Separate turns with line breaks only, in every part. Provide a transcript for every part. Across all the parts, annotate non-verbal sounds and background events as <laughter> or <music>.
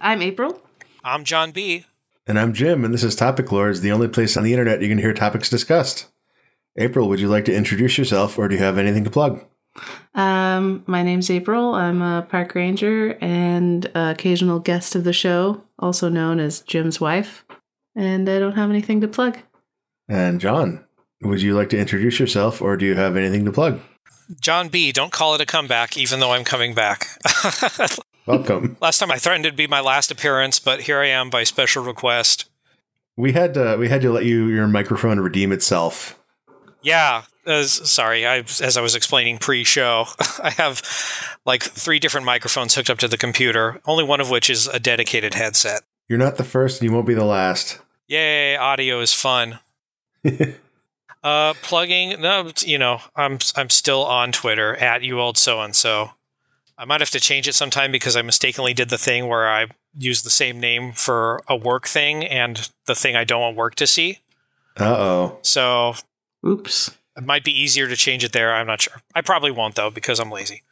I'm April.
I'm John B.
And I'm Jim, and this is Topic Lords, the only place on the internet you can hear topics discussed. April, would you like to introduce yourself, or do you have anything to plug?
Um, my name's April. I'm a park ranger and uh, occasional guest of the show, also known as Jim's wife. And I don't have anything to plug.
And John, would you like to introduce yourself, or do you have anything to plug?
John B., don't call it a comeback, even though I'm coming back. <laughs>
Welcome.
last time I threatened it'd be my last appearance, but here I am by special request.
we had uh, we had to let you your microphone redeem itself.
Yeah, as, sorry, I, as I was explaining pre show, <laughs> I have like three different microphones hooked up to the computer, only one of which is a dedicated headset.
You're not the first, and you won't be the last.
Yay, audio is fun. Uh, plugging, no, you know, I'm I'm still on Twitter at you old so and so. I might have to change it sometime because I mistakenly did the thing where I used the same name for a work thing and the thing I don't want work to see.
Uh oh.
So
Oops.
it might be easier to change it there. I'm not sure. I probably won't though because I'm lazy.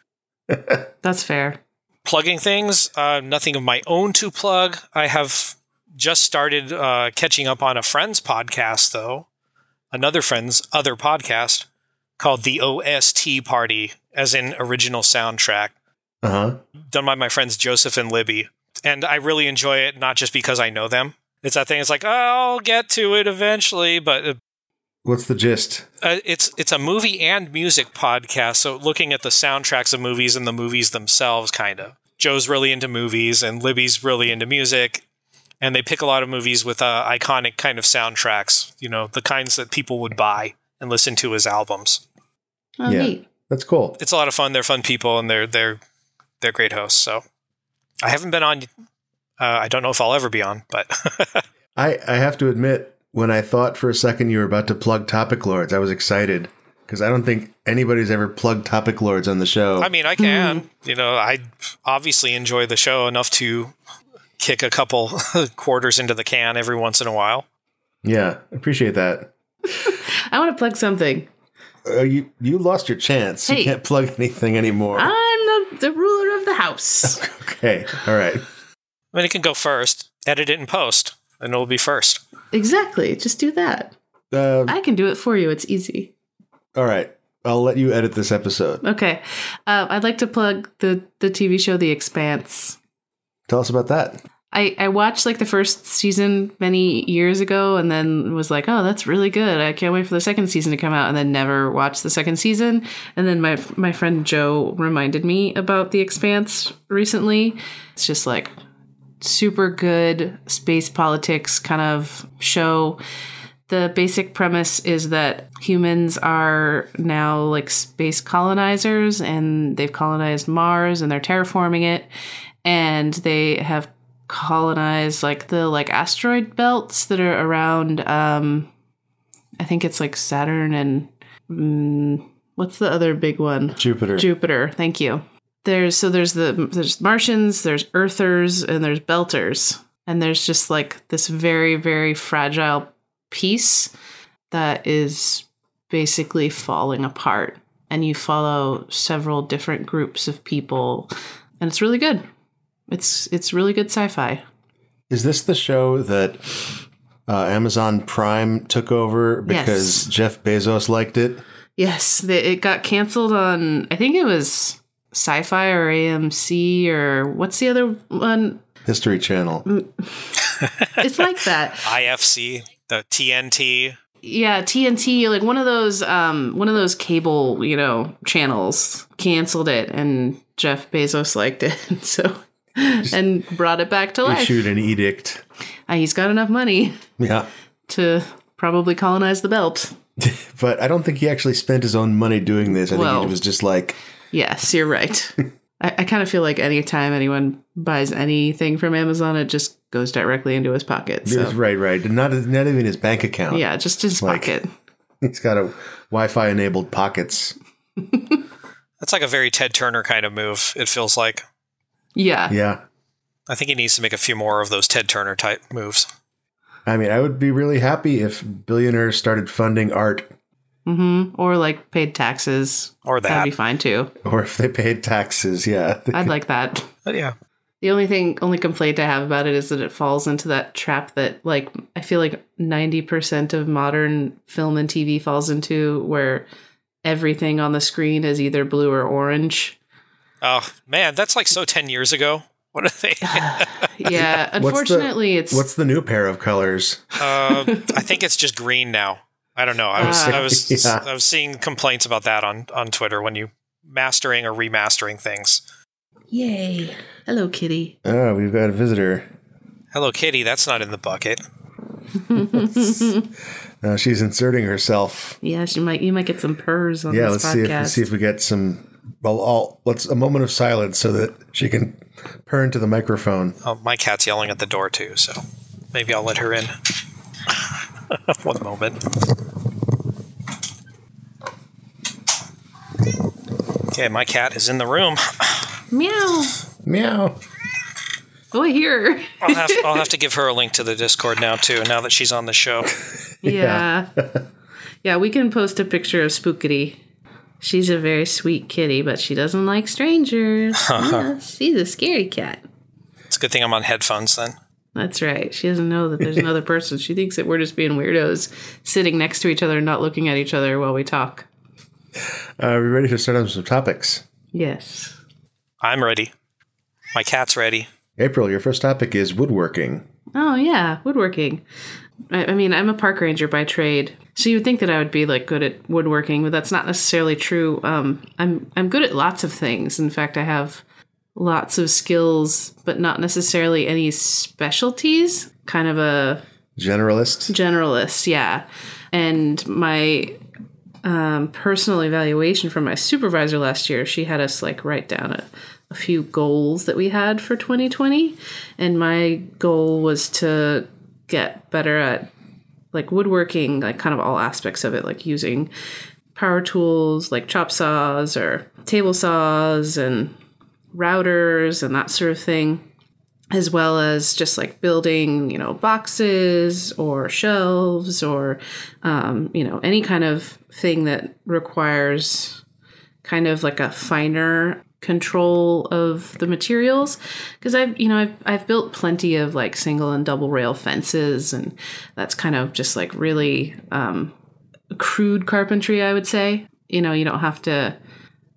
That's fair.
plugging things. Uh, nothing of my own to plug. I have just started uh, catching up on a friend's podcast, though. Another friend's other podcast called the OST Party, as in original soundtrack,
Uh huh.
done by my friends Joseph and Libby. And I really enjoy it, not just because I know them. It's that thing. It's like I'll get to it eventually, but uh,
What's the gist?
uh, it's it's a movie and music podcast. So looking at the soundtracks of movies and the movies themselves, kind of. Joe's really into movies, and Libby's really into music, and they pick a lot of movies with uh, iconic kind of soundtracks. You know, the kinds that people would buy and listen to as albums.
Oh,
Yeah.
neat.
That's cool.
It's a lot of fun. They're fun people, and they're they're they're great hosts. So I haven't been on. Uh, I don't know if I'll ever be on, but <laughs>
I I have to admit, when I thought for a second you were about to plug Topic Lords, I was excited because I don't think anybody's ever plugged Topic Lords on the show.
I mean, I can. You know, I obviously enjoy the show enough to kick a couple <laughs> quarters into the can every once in a while.
yeah, appreciate that.
I want to plug something.
Uh, you you lost your chance.
Hey. Ah.
You can't plug anything anymore.
I'm the, the ruler of the house.
Okay. All right.
I mean, it can go first, edit it and post, and it'll be first.
exactly. Just do that.
Um,
I can do it for you. It's easy.
all right. I'll let you edit this episode.
Okay. Uh, I'd like to plug the, the TV show The Expanse.
Tell us about that.
I, I watched like the first season many years ago and then was like, oh, that's really good. I can't wait for the second season to come out and then never watched the second season. And then my my friend Joe reminded me about The Expanse recently. It's just like super good space politics kind of show. The basic premise is that humans are now like space colonizers and they've colonized Mars and they're terraforming it and they have colonized like the like asteroid belts that are around um I think it's like Saturn and mm, what's the other big one?
Jupiter.
Jupiter. Thank you. There's so there's the there's Martians, there's Earthers, and there's Belters, and there's just like this very very fragile piece that is basically falling apart, and you follow several different groups of people, and it's really good. It's it's really good sci-fi.
Is this the show that uh, Amazon Prime took over because
Yes.
Jeff Bezos liked it?
Yes, the, it got canceled on I think it was Sci-Fi or AMC or what's the other one?
History Channel.
Mm, It's like that.
IFC, the TNT.
yeah tnt like one of those um one of those cable you know channels canceled it and jeff bezos liked it <laughs> so and brought it back to life
Issued an edict.
Uh, he's got enough money
Yeah.
to probably colonize the belt
But I don't think he actually spent his own money doing this. I
Well-
think it was just like,
yes you're
<laughs>
right i, I kind of feel like anytime anyone buys anything from amazon it just goes directly into his pocket so
right, right. Not, not even his bank account.
yeah just his
Like-
pocket
He's got a Wi Fi enabled pockets.
That's like a very Ted Turner kind of move, it feels like.
yeah
Yeah.
I think he needs to make a few more of those Ted Turner type moves.
I mean, I would be really happy if billionaires started funding art
hmm or like paid taxes
Or
that'd
that.
be fine too
or if they paid taxes. Yeah.
i'd like that
But yeah.
The only thing, only complaint I have about it is that it falls into that trap that, like, I feel like 90% of modern film and TV falls into where everything on the screen is either blue or orange.
Oh man, that's like so ten years ago. What are they?
yeah,
What's the-
unfortunately, it's.
What's the new pair of colors?
uh, I think it's just green now. I don't know. I was
Ah.
I was
Yeah.
I was seeing complaints about that on on Twitter when you mastering or remastering things.
Yay. Hello, kitty.
Oh, we've got a visitor.
Hello Kitty, that's not in the bucket.
Uh, she's inserting herself.
Yeah, she might. You might get some purrs on
Yeah,
this
let's see if
podcast.
let's see if we get some. Well, all let's a moment of silence so that she can purr into the microphone.
Oh, my cat's yelling at the door too, so maybe I'll let her in. <laughs> One moment. Okay, my cat is in the room. <laughs>
Meow.
Meow.
Oh, here.
I'll have, I'll have to give her a link to the Discord now too. Now that she's on the show,
Yeah. <laughs> yeah, we can post a picture of Spookity. She's a very sweet kitty, but she doesn't like <laughs> strangers. Yeah, she's a scary cat.
it's a good thing I'm on headphones then.
That's right. She doesn't know that there's another person. She thinks that we're just being weirdos sitting next to each other, not looking at each other while we talk.
Uh, are we ready to start on some topics?
Yes.
I'm ready. My cat's ready.
April, your first topic is woodworking.
Oh, yeah, woodworking. I, I mean, I'm a park ranger by trade, so you would think that I would be like good at woodworking, but that's not necessarily true. Um, I'm I'm good at lots of things. In fact, I have lots of skills, but not necessarily any specialties. Kind of a
Generalist.
generalist, yeah. And my um, personal evaluation from my supervisor last year, she had us like write down a, a few goals that we had for 2020, and my goal was to get better at like woodworking, like kind of all aspects of it, like using power tools like chop saws or table saws and routers and that sort of thing as well as just like building, you know, boxes or shelves or, um, you know, any kind of thing that requires kind of like a finer control of the materials because I've you know I've I've built plenty of like single and double rail fences and that's kind of just like really um, crude carpentry I would say you know you don't have to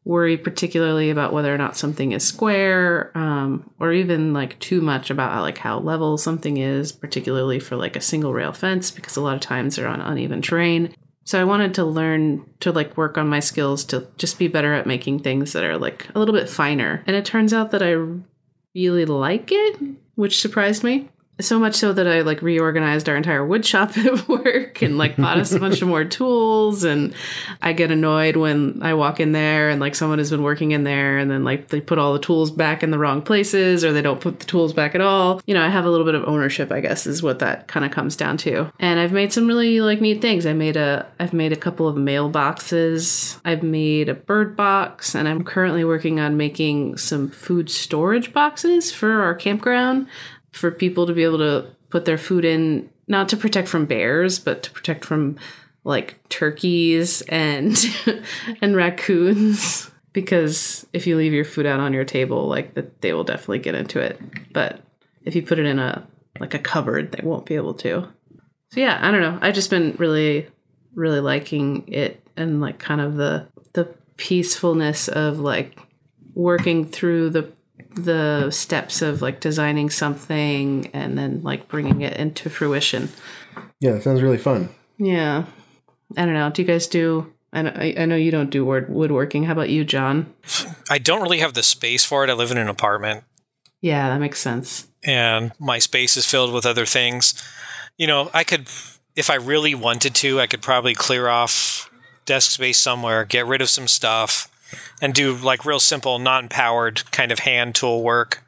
worry particularly about whether or not something is square um, or even like too much about like how level something is particularly for like a single rail fence because a lot of times they're on uneven terrain so i wanted to learn to like work on my skills to just be better at making things that are like a little bit finer and it turns out that i really like it which surprised me so much so that i like reorganized our entire wood shop <laughs> at work and like bought us a bunch of more tools and I get annoyed when I walk in there and like someone has been working in there and then like they put all the tools back in the wrong places or they don't put the tools back at all. You know, I have a little bit of ownership, I guess, is what that kind of comes down to. And I've made some really like neat things. I made a I've made a couple of mailboxes. I've made a bird box and I'm currently working on making some food storage boxes for our campground for people to be able to put their food in not to protect from bears, but to protect from like turkeys and <laughs> and raccoons because if you leave your food out on your table like that they will definitely get into it but if you put it in a like a cupboard they won't be able to so yeah i don't know i've just been really really liking it and like kind of the the peacefulness of like working through the the steps of like designing something and then like bringing it into fruition
Yeah, that sounds really fun.
yeah. I don't know. Do you guys do? I know, I I know you don't do word, woodworking. How about you, John?
I don't really have the space for it. I live in an apartment
Yeah, that makes sense.
and my space is filled with other things. You know, I could, if I really wanted to, I could probably clear off desk space somewhere, get rid of some stuff, and do like real simple, non powered kind of hand tool work.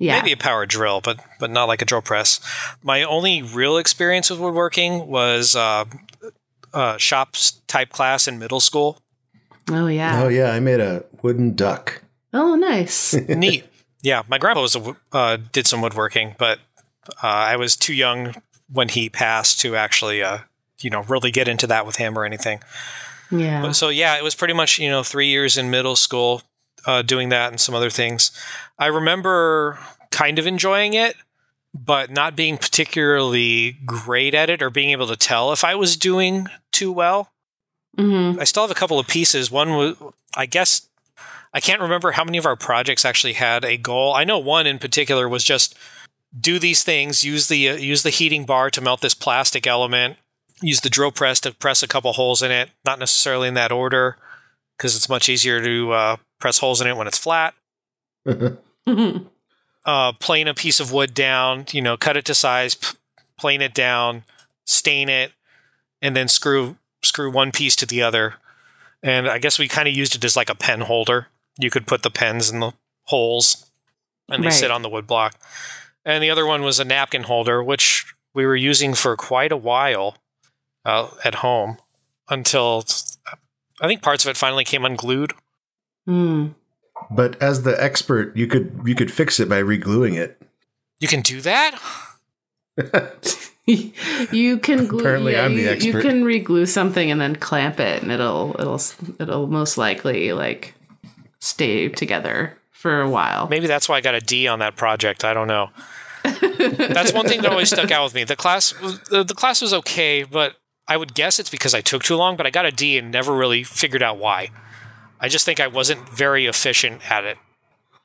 Yeah.
Maybe a power drill, but but not like a drill press. My only real experience with woodworking was uh, uh, shops type class in middle school.
Oh yeah.
Oh yeah, I made a wooden duck. <laughs>
Oh nice. <laughs>
Neat. Yeah, my grandpa was a, wo- uh, did some woodworking, but uh, I was too young when he passed to actually, uh, you know, really get into that with him or anything.
yeah.
But so yeah, it was pretty much you know three years in middle school uh, doing that and some other things. I remember kind of enjoying it, but not being particularly great at it or being able to tell if I was doing too well.
Mm-hmm.
I still have a couple of pieces. One was, I guess, I can't remember how many of our projects actually had a goal. I know one in particular was just do these things, use the uh, use the heating bar to melt this plastic element, use the drill press to press a couple holes in it, not necessarily in that order because it's much easier to uh, press holes in it when it's flat.
Mm-hmm. <laughs>
Uh, plane a piece of wood down, you know, cut it to size, p- plane it down, stain it, and then screw screw one piece to the other. And I guess we kind of used it as like a pen holder. You could put the pens in the holes, and they
Right.
sit on the wood block. And the other one was a napkin holder, which we were using for quite a while uh, at home until I think parts of it finally came unglued.
Mm.
But as the expert, you could you could fix it by regluing it.
You can do that?
<laughs> you can glue.
Apparently
yeah,
I'm the
you, You
expert.
can reglue something and then clamp it, and it'll it'll it'll most likely like stay together for a while.
Maybe that's why I got a D on that project. I don't know. that's one thing that always stuck out with me. The class, was- the, the class was okay, but I would guess it's because I took too long. But I got a D and never really figured out why. I just think I wasn't very efficient at it.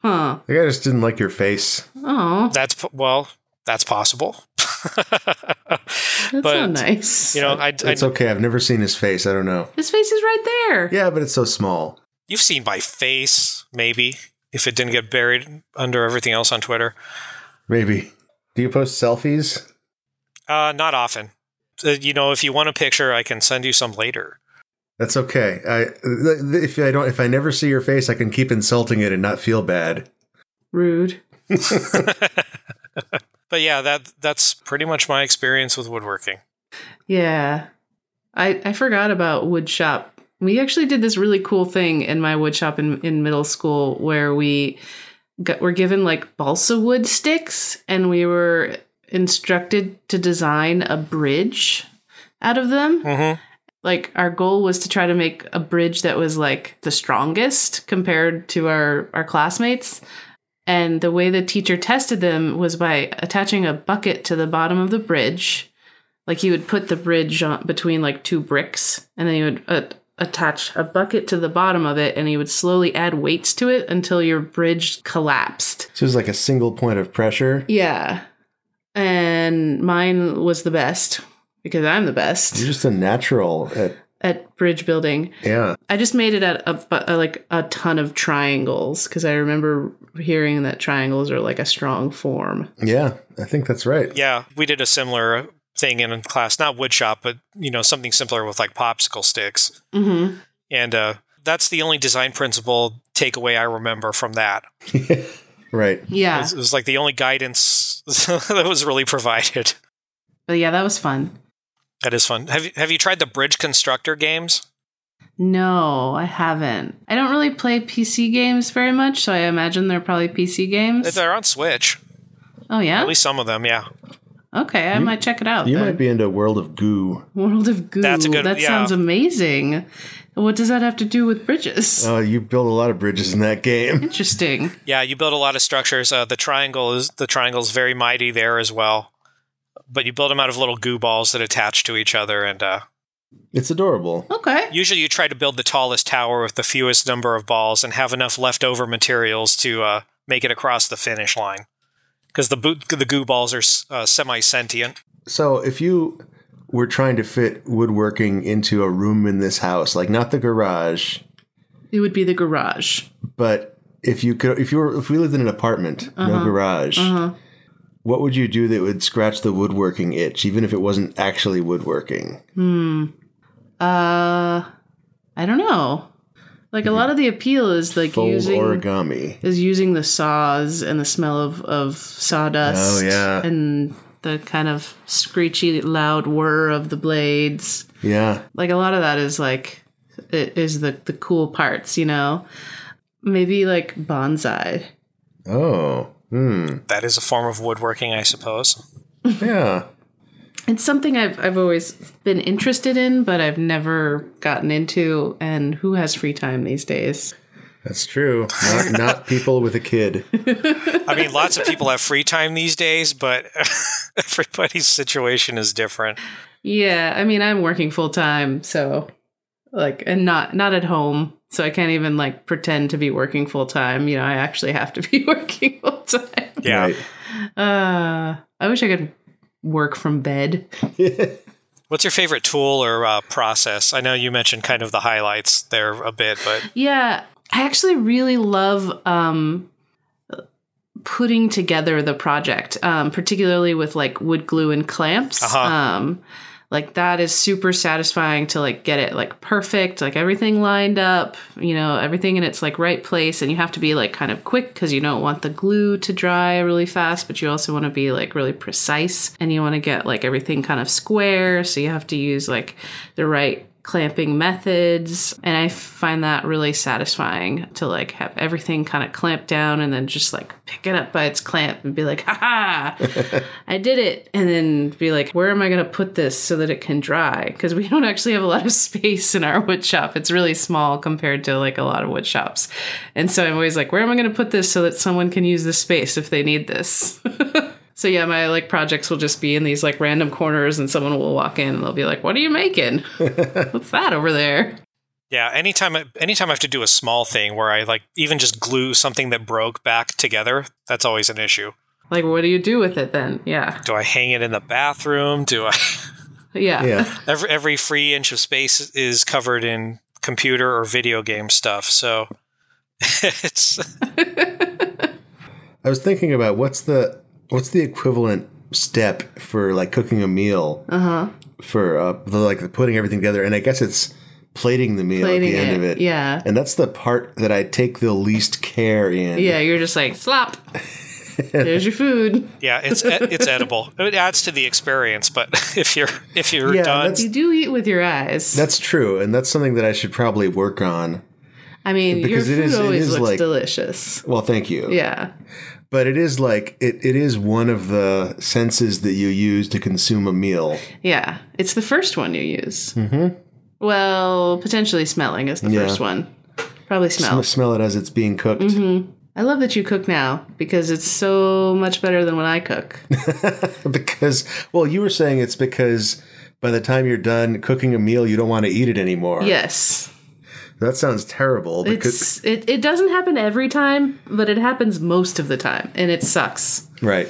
Huh.
Like I just didn't like your face.
Oh,
That's po- well, that's possible. <laughs>
that's so
but,
nice.
You know, I, I,
It's okay. I've never seen his face. I don't know.
His face is right there.
Yeah, but it's so small.
you've seen my face, maybe if it didn't get buried under everything else on Twitter.
Maybe. Do you post selfies?
Uh, not often. Uh, you know, if you want a picture, I can send you some later.
That's okay. I th- th- if I don't if I never see your face, I can keep insulting it and not feel bad.
Rude.
<laughs> But yeah, that that's pretty much my experience with woodworking.
Yeah. I I forgot about wood shop. We actually did this really cool thing in my wood shop in, in middle school where we got were given like balsa wood sticks and we were instructed to design a bridge out of them.
Mm-hmm.
Like our goal was to try to make a bridge that was like the strongest compared to our our classmates. And the way the teacher tested them was by attaching a bucket to the bottom of the bridge. Like he would put the bridge on, between like two bricks, and then he would uh, attach a bucket to the bottom of it, and he would slowly add weights to it until your bridge collapsed.
So it's like a single point of pressure.
Yeah. And mine was the best because I'm the
You're
best
just a natural at
at bridge building.
yeah.
I just made it at a, bu- uh, like a ton of triangles because I remember hearing that triangles are like a strong form.
Yeah. I think that's right.
Yeah, we did a similar thing in class, not wood shop, but you know something simpler with like popsicle sticks.
Mm-hmm.
And uh, that's the only design principle takeaway I remember from that.
Right.
It,
Yeah,
was, it was like the only guidance <laughs> that was really provided.
but yeah, that was fun.
That is fun. Have you, have you tried the bridge constructor games?
No, I haven't. I don't really play PC games very much, so I imagine they're probably PC games.
They're on Switch.
Oh
At
yeah,
least some of them. Yeah.
okay, I might check it out.
Hmm? You
then.
might be into a world of goo.
World of Goo.
That's a good-
that
yeah.
sounds amazing. What does that have to do with bridges?
Oh, you build a lot of bridges in that game.
Interesting.
Yeah, you build a lot of structures. Uh, the triangle is the triangle's very mighty there as well, but you build them out of little goo balls that attach to each other. And uh,
<laughs> It's adorable.
Okay.
usually, you try to build the tallest tower with the fewest number of balls and have enough leftover materials to uh, make it across the finish line. Because the boot, the goo balls are s- uh, semi sentient.
So if you were trying to fit woodworking into a room in this house, like not the garage,
It would be the garage.
but if you could if you were if we lived in an apartment, no garage,
Uh-huh.
what would you do that would scratch the woodworking itch, even if it wasn't actually woodworking?
Uh, I don't know. Like a lot of the appeal is like
Fold
using
origami.
is using the saws and the smell of of sawdust.
Oh, yeah.
and the kind of screechy, loud whir of the blades.
Yeah.
Like a lot of that is like it is the the cool parts, you know. Maybe like bonsai.
Oh. Hmm.
That is a form of woodworking, I suppose.
Yeah.
It's something I've I've always been interested in, but I've never gotten into. And who has free time these days?
That's true. Not, not people with a kid.
I mean, lots of people have free time these days, but <laughs> everybody's situation is different.
Yeah, I mean, I'm working full time, so like, and not not at home, so I can't even like pretend to be working full time. You know, I actually have to be <laughs> working full time.
Yeah.
Right.
Uh, I wish I could work from bed.
What's your favorite tool or uh, process? I know you mentioned kind of the highlights there a bit, but
Yeah, I actually really love um, putting together the project, um, particularly with like wood glue and clamps.
Uh-huh.
Um, like that is super satisfying to like get it like perfect, like everything lined up, you know, everything in its like right place, and you have to be like kind of quick because you don't want the glue to dry really fast, but you also want to be like really precise, and you want to get like everything kind of square, so you have to use like the right clamping methods and i find that really satisfying to like have everything kind of clamped down and then just like pick it up by its clamp and be like ha ha i did it and then be like where am i going to put this so that it can dry because we don't actually have a lot of <laughs> space in our wood shop it's really small compared to like a lot of wood shops and so i'm always like where am i going to put this so that someone can use this space if they need this <laughs> so yeah my like projects will just be in these like random corners and someone will walk in and they'll be like what are you
<laughs>
making What's that over there?
yeah, anytime I, anytime I have to do a small thing where I like even just glue something that broke back together, that's always an issue.
Like, what do you do with it then? Yeah.
Do I hang it in the bathroom? Do I <laughs>
Yeah.
<laughs> Yeah.
every every free inch of space is covered in computer or video game stuff. So <laughs> it's
I was thinking about what's the what's the equivalent step for like cooking a meal
Uh huh.
for uh, the, like the putting everything together, and I guess it's plating the meal at the end of it.
Yeah.
And that's the part that I take the least care in.
Yeah. You're just like,
<laughs>
slop. There's your food.
yeah, it's e, it's edible. It adds to the experience, but <laughs> if you're if you're
Yeah,
done,
that's-
You do eat with your eyes.
That's true, and that's something that I should probably work on.
I mean, your
because it
food
is- it
always
is
looks
like-
delicious.
Well, thank you.
Yeah.
But it is like it, it is one of the senses that you use to consume a meal.
Yeah. It's the first one you use. Mm hmm. Well, potentially smelling is the
Mm-hmm. Yeah.
first one. Probably smell. Mm-hmm.
Sm- Smell it as it's being cooked.
I love that you cook now because it's so much better than when I
<laughs>
cook.
because well, you were saying it's because by the time you're done cooking a meal, you don't want to eat it anymore.
yes.
That sounds terrible because
It's it, it doesn't happen every time, but it happens most of the time, and it sucks.
right.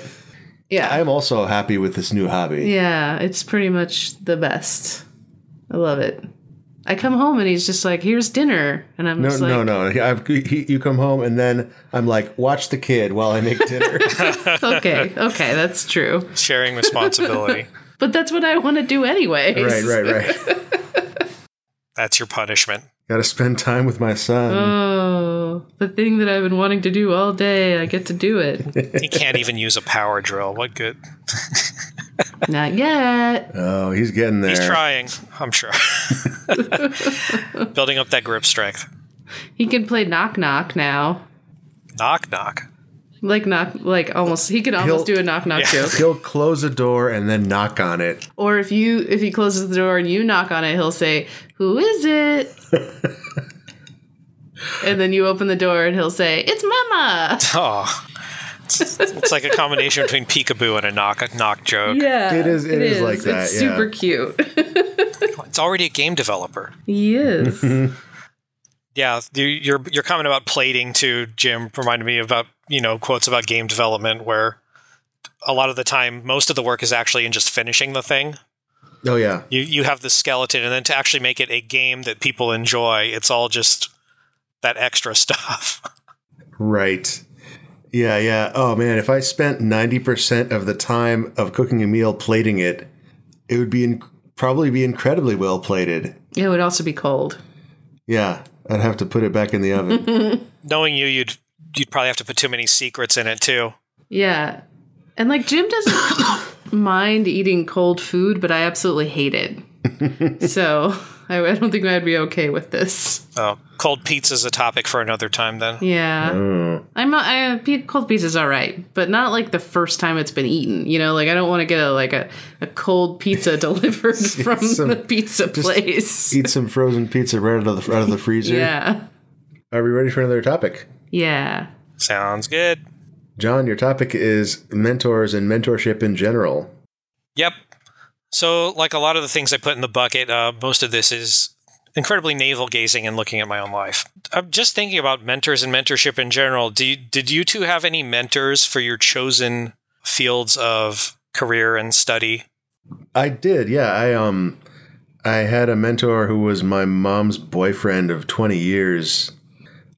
Yeah,
I'm also happy with this new hobby.
yeah, it's pretty much the best. I love it. I come home and he's just like, "Here's dinner," and I'm
No,
just like,
no, no. I've, he, you come home and then I'm like, watch the kid while I make
<laughs>
dinner.
"Okay, okay, that's true."
sharing responsibility.
But that's what I want to do anyway.
right, right, right.
That's your punishment.
Got to spend time with my son.
Oh, the thing that I've been wanting to do all day, I get to do
<laughs>
it.
He can't even use a power drill. What good?
Not yet.
oh, he's getting there.
He's trying, I'm sure. Building up that grip strength.
He can play knock knock now.
Knock knock.
Like knock, like almost. He can almost
He'll-
do a knock knock
Yeah.
joke.
He'll close a door and then knock on it.
Or if you if he closes the door and you knock on it, he'll say, "Who is
<laughs>
it?" and then you open the door and he'll say, "It's Mama."
Oh. It's, it's like a combination between peekaboo and a knock a knock joke.
Yeah,
It is- it is like that,
It's
yeah.
super cute. <laughs>
It's already a game developer.
he
<laughs>
is.
Yeah, you, your your comment about plating too, Jim, reminded me about you know quotes about game development where a lot of the time most of the work is actually in just finishing the thing.
Oh yeah,
You you have the skeleton, and then to actually make it a game that people enjoy, it's all just that extra <laughs> stuff.
right. Yeah, yeah. Oh man, if I spent ninety percent of the time of cooking a meal plating it, it would be in- probably be incredibly well plated.
It would also be cold.
Yeah, I'd have to put it back in the oven.
Knowing you, you'd you'd probably have to put too many secrets in it too.
Yeah, and like Jim doesn't mind eating cold food, but I absolutely hate it. so I, I don't think I'd be okay with this.
Oh, cold pizza's a topic for another time then.
Yeah.
Mm.
I'm not. I, pe- cold pizza's all right, but not like the first time it's been eaten. You know, like I don't want to get a like a, a cold pizza <laughs> delivered from
some-
the pizza place.
Eat some frozen pizza right out of the out of the freezer.
Yeah,
Are we ready for another topic?
Yeah.
Sounds good.
John, your topic is mentors and mentorship in general.
Yep. So, like a lot of the things I put in the bucket, uh, most of this is incredibly navel gazing and looking at my own life. I'm just thinking about mentors and mentorship in general. Do you, did you two have any mentors for your chosen fields of career and study?
I did, yeah. I um I had a mentor who was my mom's boyfriend of 20 years.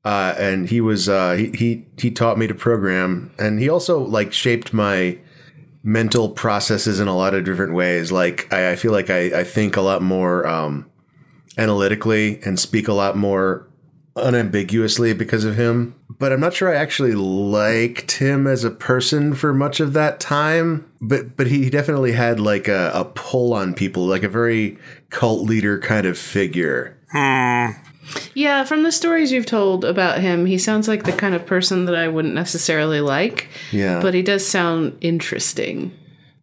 Uh, and he was uh, he, he he taught me to program, and he also like shaped my mental processes in a lot of different ways. Like I, I feel like I, I think a lot more um, analytically and speak a lot more unambiguously because of him. But I'm not sure I actually liked him as a person for much of that time. But but he definitely had like a, a pull on people, like a very cult leader kind of figure.
Hmm.
Yeah, from the stories you've told about him, he sounds like the kind of person that I wouldn't necessarily like,
Yeah.
but he does sound interesting.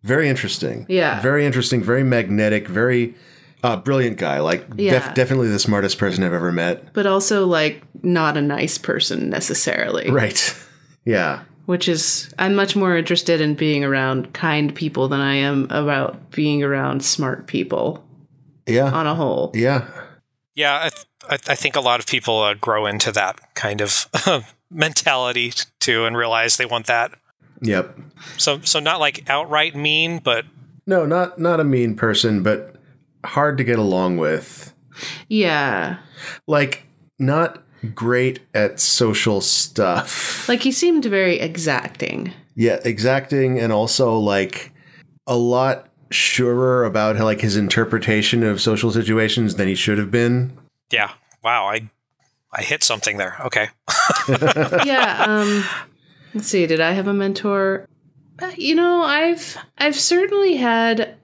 very interesting.
Yeah.
Very interesting, very magnetic, very uh, brilliant guy. Like
Yeah.
def- definitely the smartest person I've ever met.
But also, like, not a nice person necessarily.
Right. <laughs> yeah.
Which is, I'm much more interested in being around kind people than I am about being around smart people
Yeah.
on a whole.
yeah.
Yeah, I, th- I, th- I think a lot of people uh, grow into that kind of <laughs> mentality t- too, and realize they want that.
Yep.
So, so not like outright mean, but
No, not not a mean person, but hard to get along with.
Yeah.
like not great at social stuff.
Like, he seemed very exacting.
yeah, exacting and also like a lot surer about like his interpretation of social situations than he should have been.
yeah. Wow, I I hit something there. Okay.
yeah. Um, let's see. Did I have a mentor? Uh, You know, I've I've certainly had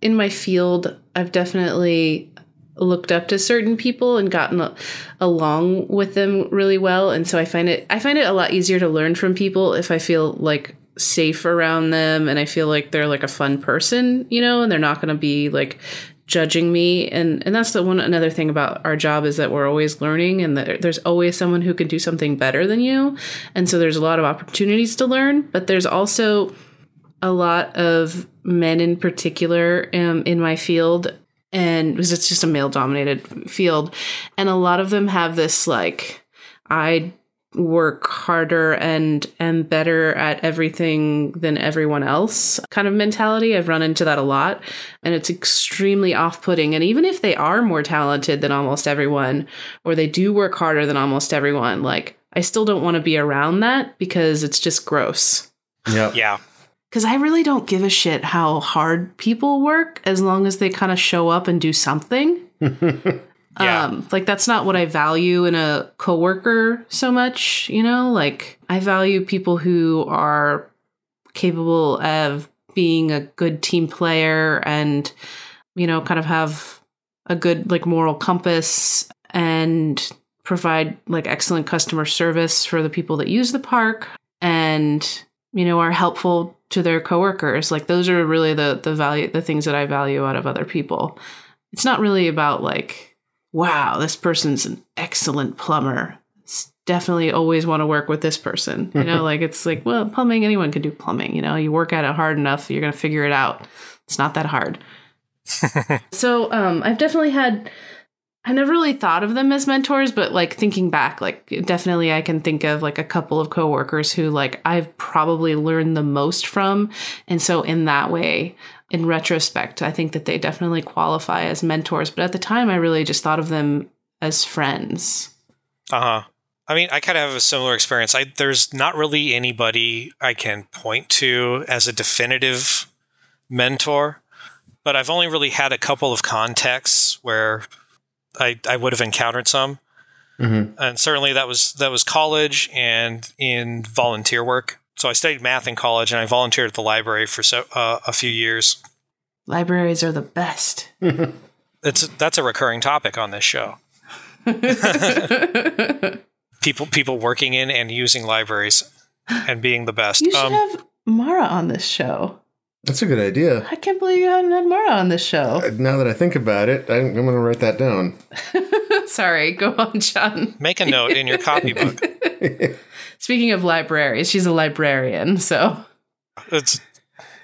in my field. I've definitely looked up to certain people and gotten a- along with them really well, and so I find it I find it a lot easier to learn from people if I feel like safe around them and I feel like they're like a fun person, you know, and they're not going to be like judging me and and that's the one another thing about our job is that we're always learning and that there's always someone who can do something better than you and so there's a lot of opportunities to learn but there's also a lot of men in particular um, in my field and because it's just a male dominated field and a lot of them have this like i work harder and am better at everything than everyone else kind of mentality i've run into that a lot and it's extremely off-putting and even if they are more talented than almost everyone or they do work harder than almost everyone like i still don't want to be around that because it's just gross
Yep.
Yeah.
because I really don't give a shit how hard people work as long as they kind of show up and do something.
Yeah.
Um, like that's not what I value in a coworker so much, you know? Like I value people who are capable of being a good team player and you know, kind of have a good like moral compass and provide like excellent customer service for the people that use the park and you know are helpful to their coworkers like those are really the the value the things that i value out of other people it's not really about like wow this person's an excellent plumber S- definitely always want to work with this person you know like it's like well plumbing anyone can do plumbing you know you work at it hard enough you're going to figure it out it's not that hard so um i've definitely had I never really thought of them as mentors, but like thinking back, like definitely I can think of like a couple of coworkers who like I've probably learned the most from. And so in that way, in retrospect, I think that they definitely qualify as mentors, but at the time I really just thought of them as friends.
Uh huh. I mean, I kind of have a similar experience. I there's not really anybody I can point to as a definitive mentor, but I've only really had a couple of contexts where I I would have encountered some,
hmm
and certainly that was that was college and in volunteer work. So I studied math in college, and I volunteered at the library for so uh, a few years.
Libraries are the best.
It's that's a recurring topic on this show. people people working in and using libraries and being the best. Um,
You should have Mara on this show.
<laughs> That's a good idea.
I can't believe you haven't had Mara on this show. <laughs>
Uh, Now that I think about it, I'm, I'm going to write that down.
Sorry, go on, John.
Make a note in your copybook.
Speaking of libraries, she's a librarian, so
It's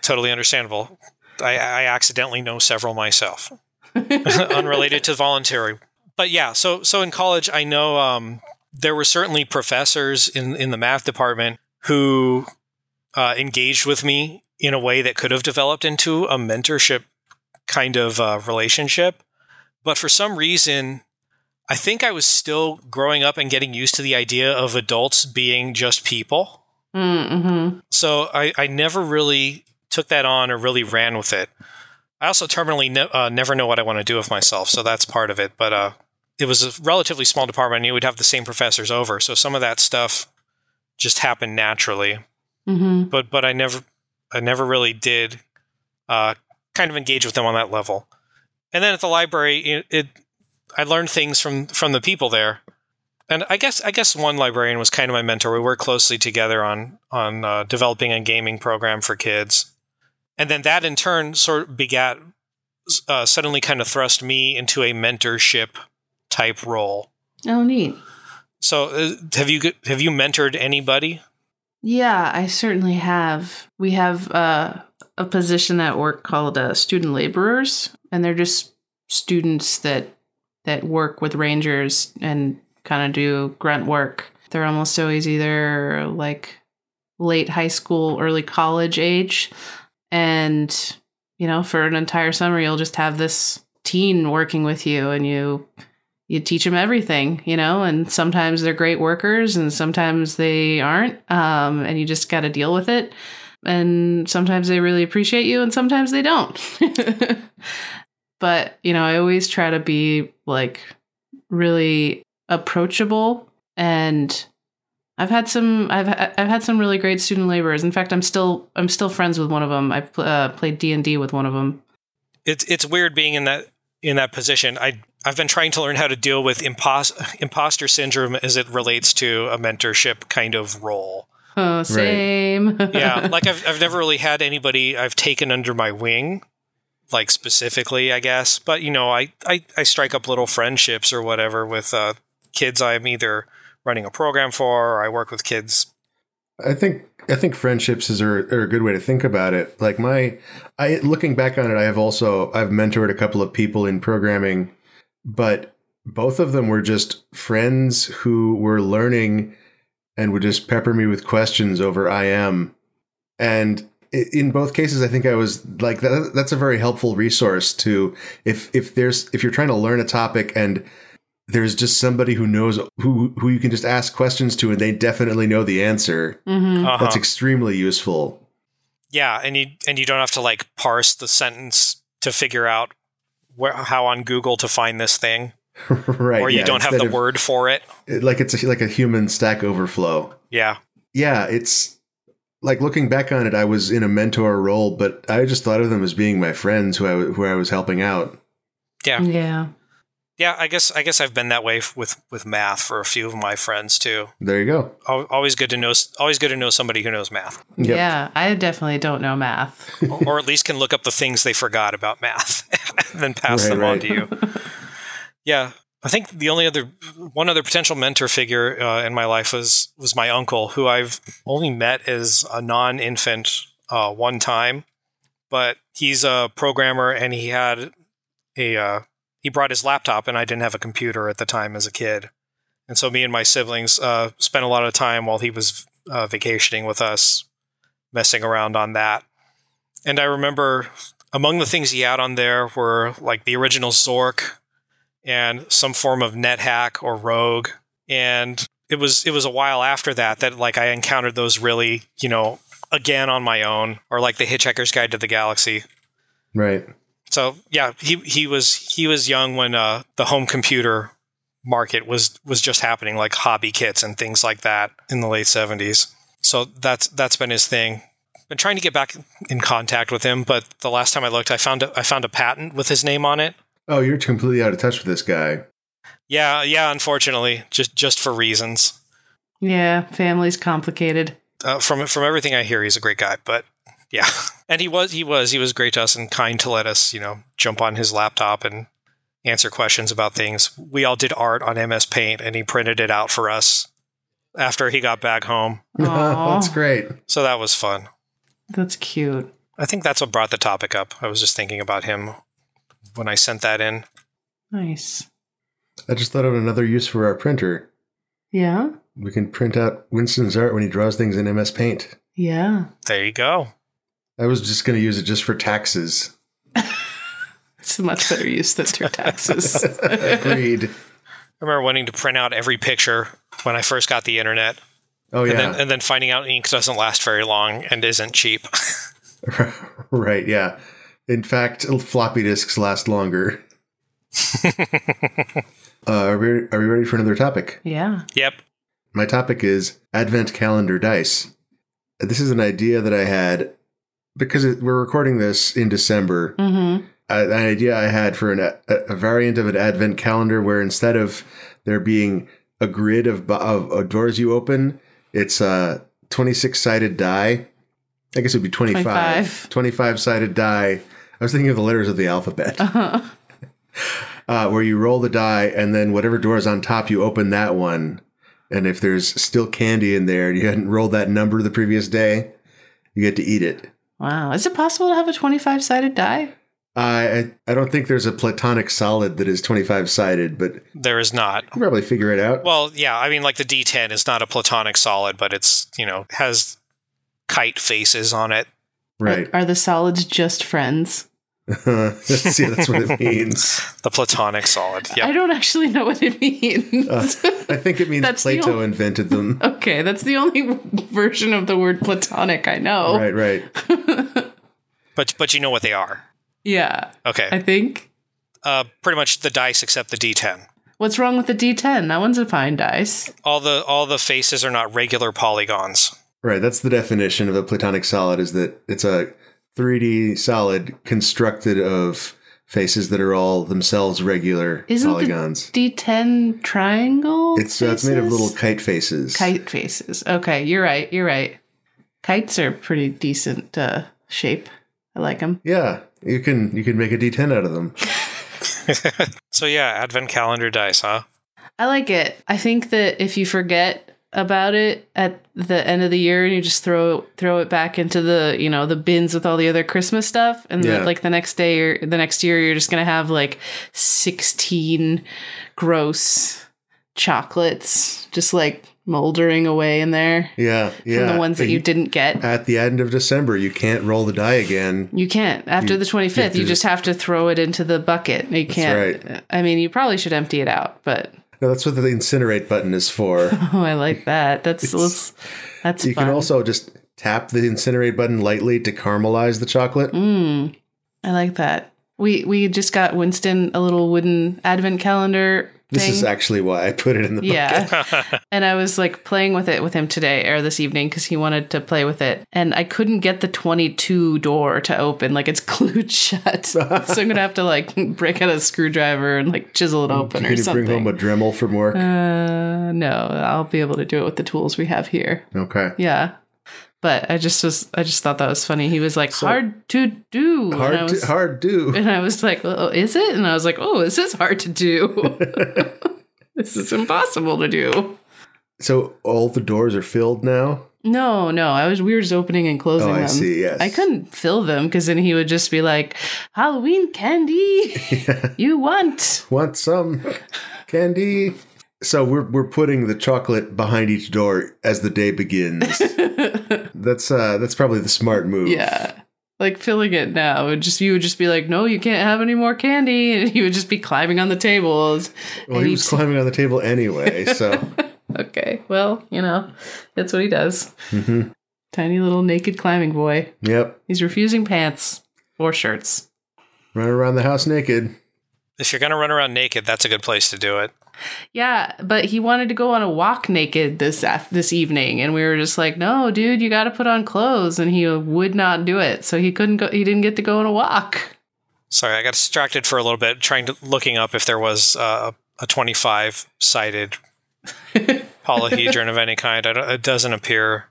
totally understandable. I, I accidentally know several myself, <laughs> unrelated to voluntary. But yeah, so so in college, I know um, there were certainly professors in in the math department who uh, engaged with me in a way that could have developed into a mentorship kind of uh, relationship. But for some reason, I think I was still growing up and getting used to the idea of adults being just people.
mm-hmm.
So I, I never really took that on or really ran with it. I also terminally ne- uh, never know what I want to do with myself, so that's part of it. But uh, it was a relatively small department, and you would have the same professors over, so some of that stuff just happened naturally.
Mm-hmm.
But but I never I never really did uh, kind of engage with them on that level. And then at the library, it, it I learned things from from the people there. And I guess I guess one librarian was kind of my mentor. We worked closely together on on uh, developing a gaming program for kids, and then that in turn sort of begat uh, suddenly kind of thrust me into a mentorship type role.
Oh, neat.
So uh, have you g- have you mentored anybody?
Yeah, I certainly have. We have uh, a position at work called uh, student laborers, and they're just students that that work with rangers and kind of do grunt work. They're almost always either like late high school, early college age, and you know, for an entire summer, you'll just have this teen working with you, and you you teach them everything, you know, and sometimes they're great workers and sometimes they aren't. Um, and you just got to deal with it. And sometimes they really appreciate you and sometimes they don't. <laughs> but, you know, I always try to be like really approachable and I've had some I've ha- I've had some really great student laborers. In fact, I'm still I'm still friends with one of them. I pl- uh, played D&D with one of them.
It's it's weird being in that in that position. I I've been trying to learn how to deal with impos- imposter syndrome as it relates to a mentorship kind of role.
Oh, same. <laughs>
yeah like I've, I've never really had anybody i've taken under my wing like specifically i guess but you know i i, I strike up little friendships or whatever with uh, kids i'm either running a program for or i work with kids
I think I think friendships is are, are a good way to think about it. Like my, I looking back on it, I have also I've mentored a couple of people in programming, but both of them were just friends who were learning and would just pepper me with questions over IM, and i- in both cases, I think I was like that, that's a very helpful resource to if if there's if you're trying to learn a topic and there's just somebody who knows who who you can just ask questions to and they definitely know the answer
hmm
uh-huh.
that's extremely useful. <laughs>
yeah and you and you don't have to like parse the sentence to figure out where, how on google to find this thing
right.
or you
yeah,
don't have the
instead of-
word for it
Like it's a, like a human stack overflow.
yeah
Yeah, it's like looking back on it, I was in a mentor role, but I just thought of them as being my friends who I, w- who I was helping out.
yeah
Yeah.
yeah i guess i guess i've been that way f- with with math for a few of my friends too
There you go.
Al- always good to know s- always good to know somebody who knows math
Yep.
Yeah, I definitely don't know math.
or at least can look up the things they forgot about math <laughs> and then pass
Right,
them on
right.
to you. yeah. I think the only other one other potential mentor figure uh, in my life was was my uncle, who I've only met as a non-infant uh, one time, but he's a programmer and he had a uh, he brought his laptop and I didn't have a computer at the time as a kid, and so me and my siblings uh, spent a lot of time while he was uh, vacationing with us, messing around on that. And I remember among the things he had on there were like the original Zork and some form of NetHack or Rogue. And it was it was a while after that that like I encountered those really, you know, again on my own or like the Hitchhiker's Guide to the Galaxy.
Right.
So, yeah, he he was he was young when uh the home computer market was was just happening like hobby kits and things like that in the late 70s. So that's that's been his thing been trying to get back in contact with him, but the last time I looked, I found a, I found a patent with his name on it.
Oh, you're completely out of touch with this guy. <laughs>
Yeah, yeah. Unfortunately, just just for reasons.
Yeah, family's complicated.
Uh, from from everything I hear, he's a great guy, but Yeah, <laughs> and he was he was he was great to us and kind to let us you know jump on his laptop and answer questions about things. We all did art on MS Paint, and he printed it out for us after he got back home.
Aw.
<laughs> that's great.
So that was fun.
That's cute.
I think that's what brought the topic up. I was just thinking about him when I sent that in.
Nice.
I just thought of another use for our printer.
Yeah.
We can print out Winston's art when he draws things in MS Paint.
Yeah.
There you go.
I was just going to use it just for taxes. <laughs>
It's a much better use than for
<laughs>
taxes.
Agreed.
I remember wanting to print out every picture when I first got the internet,
Oh
and,
yeah,
then, and then finding out ink doesn't last very long and isn't cheap. <laughs>
<laughs> right. Yeah. In fact, floppy disks last longer. uh, are we are we ready for another topic?
yeah.
yep.
My topic is Advent calendar dice. This is an idea that I had because it, we're recording this in December.
Mm-hmm. <laughs>
Uh, an idea I had for an, a, a variant of an Advent calendar where instead of there being a grid of, bo- of, of doors you open, it's a 26 sided die. I guess it would be 25.
25.
25 sided die. I was thinking of the letters of the alphabet
Uh-huh.
uh, where you roll the die and then whatever door is on top, you open that one. And if there's still candy in there and you hadn't rolled that number the previous day, you get to eat it.
Wow. Is it possible to have a 25 sided die?
I I I don't think there's a platonic solid that is 25 sided, but you
There is not.
can probably figure it out.
Well, yeah, I mean, like the D10 is not a platonic solid, but it's, you know, has kite faces on it.
right.
Are the solids just friends?
<laughs> See, that's what
<laughs>
it means.
The platonic solid.
I
Yep.
don't actually know what it <laughs> means.
Uh, I think it means
That's the
Plato
only-
invented them.
<laughs> okay. That's the only <laughs> version of the word platonic I know.
Right, right.
But but you know what they are.
Yeah. I
Okay.
think.
Uh, pretty much the dice except the D10.
What's wrong with the D10? That one's a fine dice.
All the all the faces are not regular polygons.
Right, that's the definition of a platonic solid is that it's a 3D solid constructed of faces that are all themselves regular
Isn't the-
polygons.
D10 triangle?
it's uh, it's made of
faces?
little kite faces.
kite faces. Okay, you're right. You're right. Kites are pretty decent uh, shape. I like them.
Yeah, you can you can make a D10 out of
<laughs>
them.
So yeah, advent calendar dice, huh?
I like it. I think that if you forget about it at the end of the year and you just throw throw it back into the you know the bins with all the other Christmas stuff, and
Yeah.
then like the next day or the next year you're just gonna have like sixteen gross chocolates just like moldering away in there
Yeah, yeah.
from the ones that you
And Uh,
didn't get.
At the end of December, you can't roll the die again.
You can't. After
You-
the 25th,
you
you just have to throw it into the bucket. You can't. I mean, you probably should empty it out, but <laughs>
No, that's what the incinerate button is for.
oh, I like that. That's that's, that's
you
fun.
can also just tap the incinerate button lightly to caramelize the chocolate.
Mm, I like that. We we just got Winston a little wooden advent calendar.
This
thing.
is actually why I put it in the bucket.
yeah.
<laughs>
and I was like playing with it with him today or this evening because he wanted to play with it. And I couldn't get the 22 door to open. Like it's <laughs> glued
<laughs>
shut. so I'm going to have to like break out a screwdriver and like chisel it open
Can
or
you
something.
bring home a Dremel from work?
Uh, no, I'll be able to do it with the tools we have here.
okay.
Yeah. But I just was, I just thought that was funny. He was like, hard to do. and, I
Hard,
was,
to, hard do.
<laughs> and I was like, well, is it? And I was like, oh, this is hard to do. <laughs> this is impossible to do.
So all the doors are filled now.
No, no, I was, we were just opening and closing
Oh, I
them.
see. Yes,
I couldn't fill them because then he would just be like, Halloween
<laughs>
candy, you want. <laughs>
want some candy. So we're we're putting the chocolate behind each door as the
<laughs>
day begins. that's uh that's probably the smart move.
Yeah. Like filling it now, would just you would just be like, "No, you can't have any more candy," <laughs> and he would just be climbing on the tables.
Well,
and
he
he'd
was
s-
climbing on the table
<laughs>
anyway, so
okay, well, you know, that's what he does.
Mhm.
Tiny little naked climbing boy.
yep,
He's refusing pants or shirts.
run around the house naked.
if you're gonna run around naked, that's a good place to do it.
Yeah, but he wanted to go on a walk naked this af- this evening, and we were just like, "No, dude, you got to put on clothes," and he would not do it, so he couldn't go. He didn't get to go on a walk.
Sorry, I got distracted for a little bit trying to looking up if there was uh,
<laughs>
a 25 sided polyhedron of any kind. I don't, it doesn't appear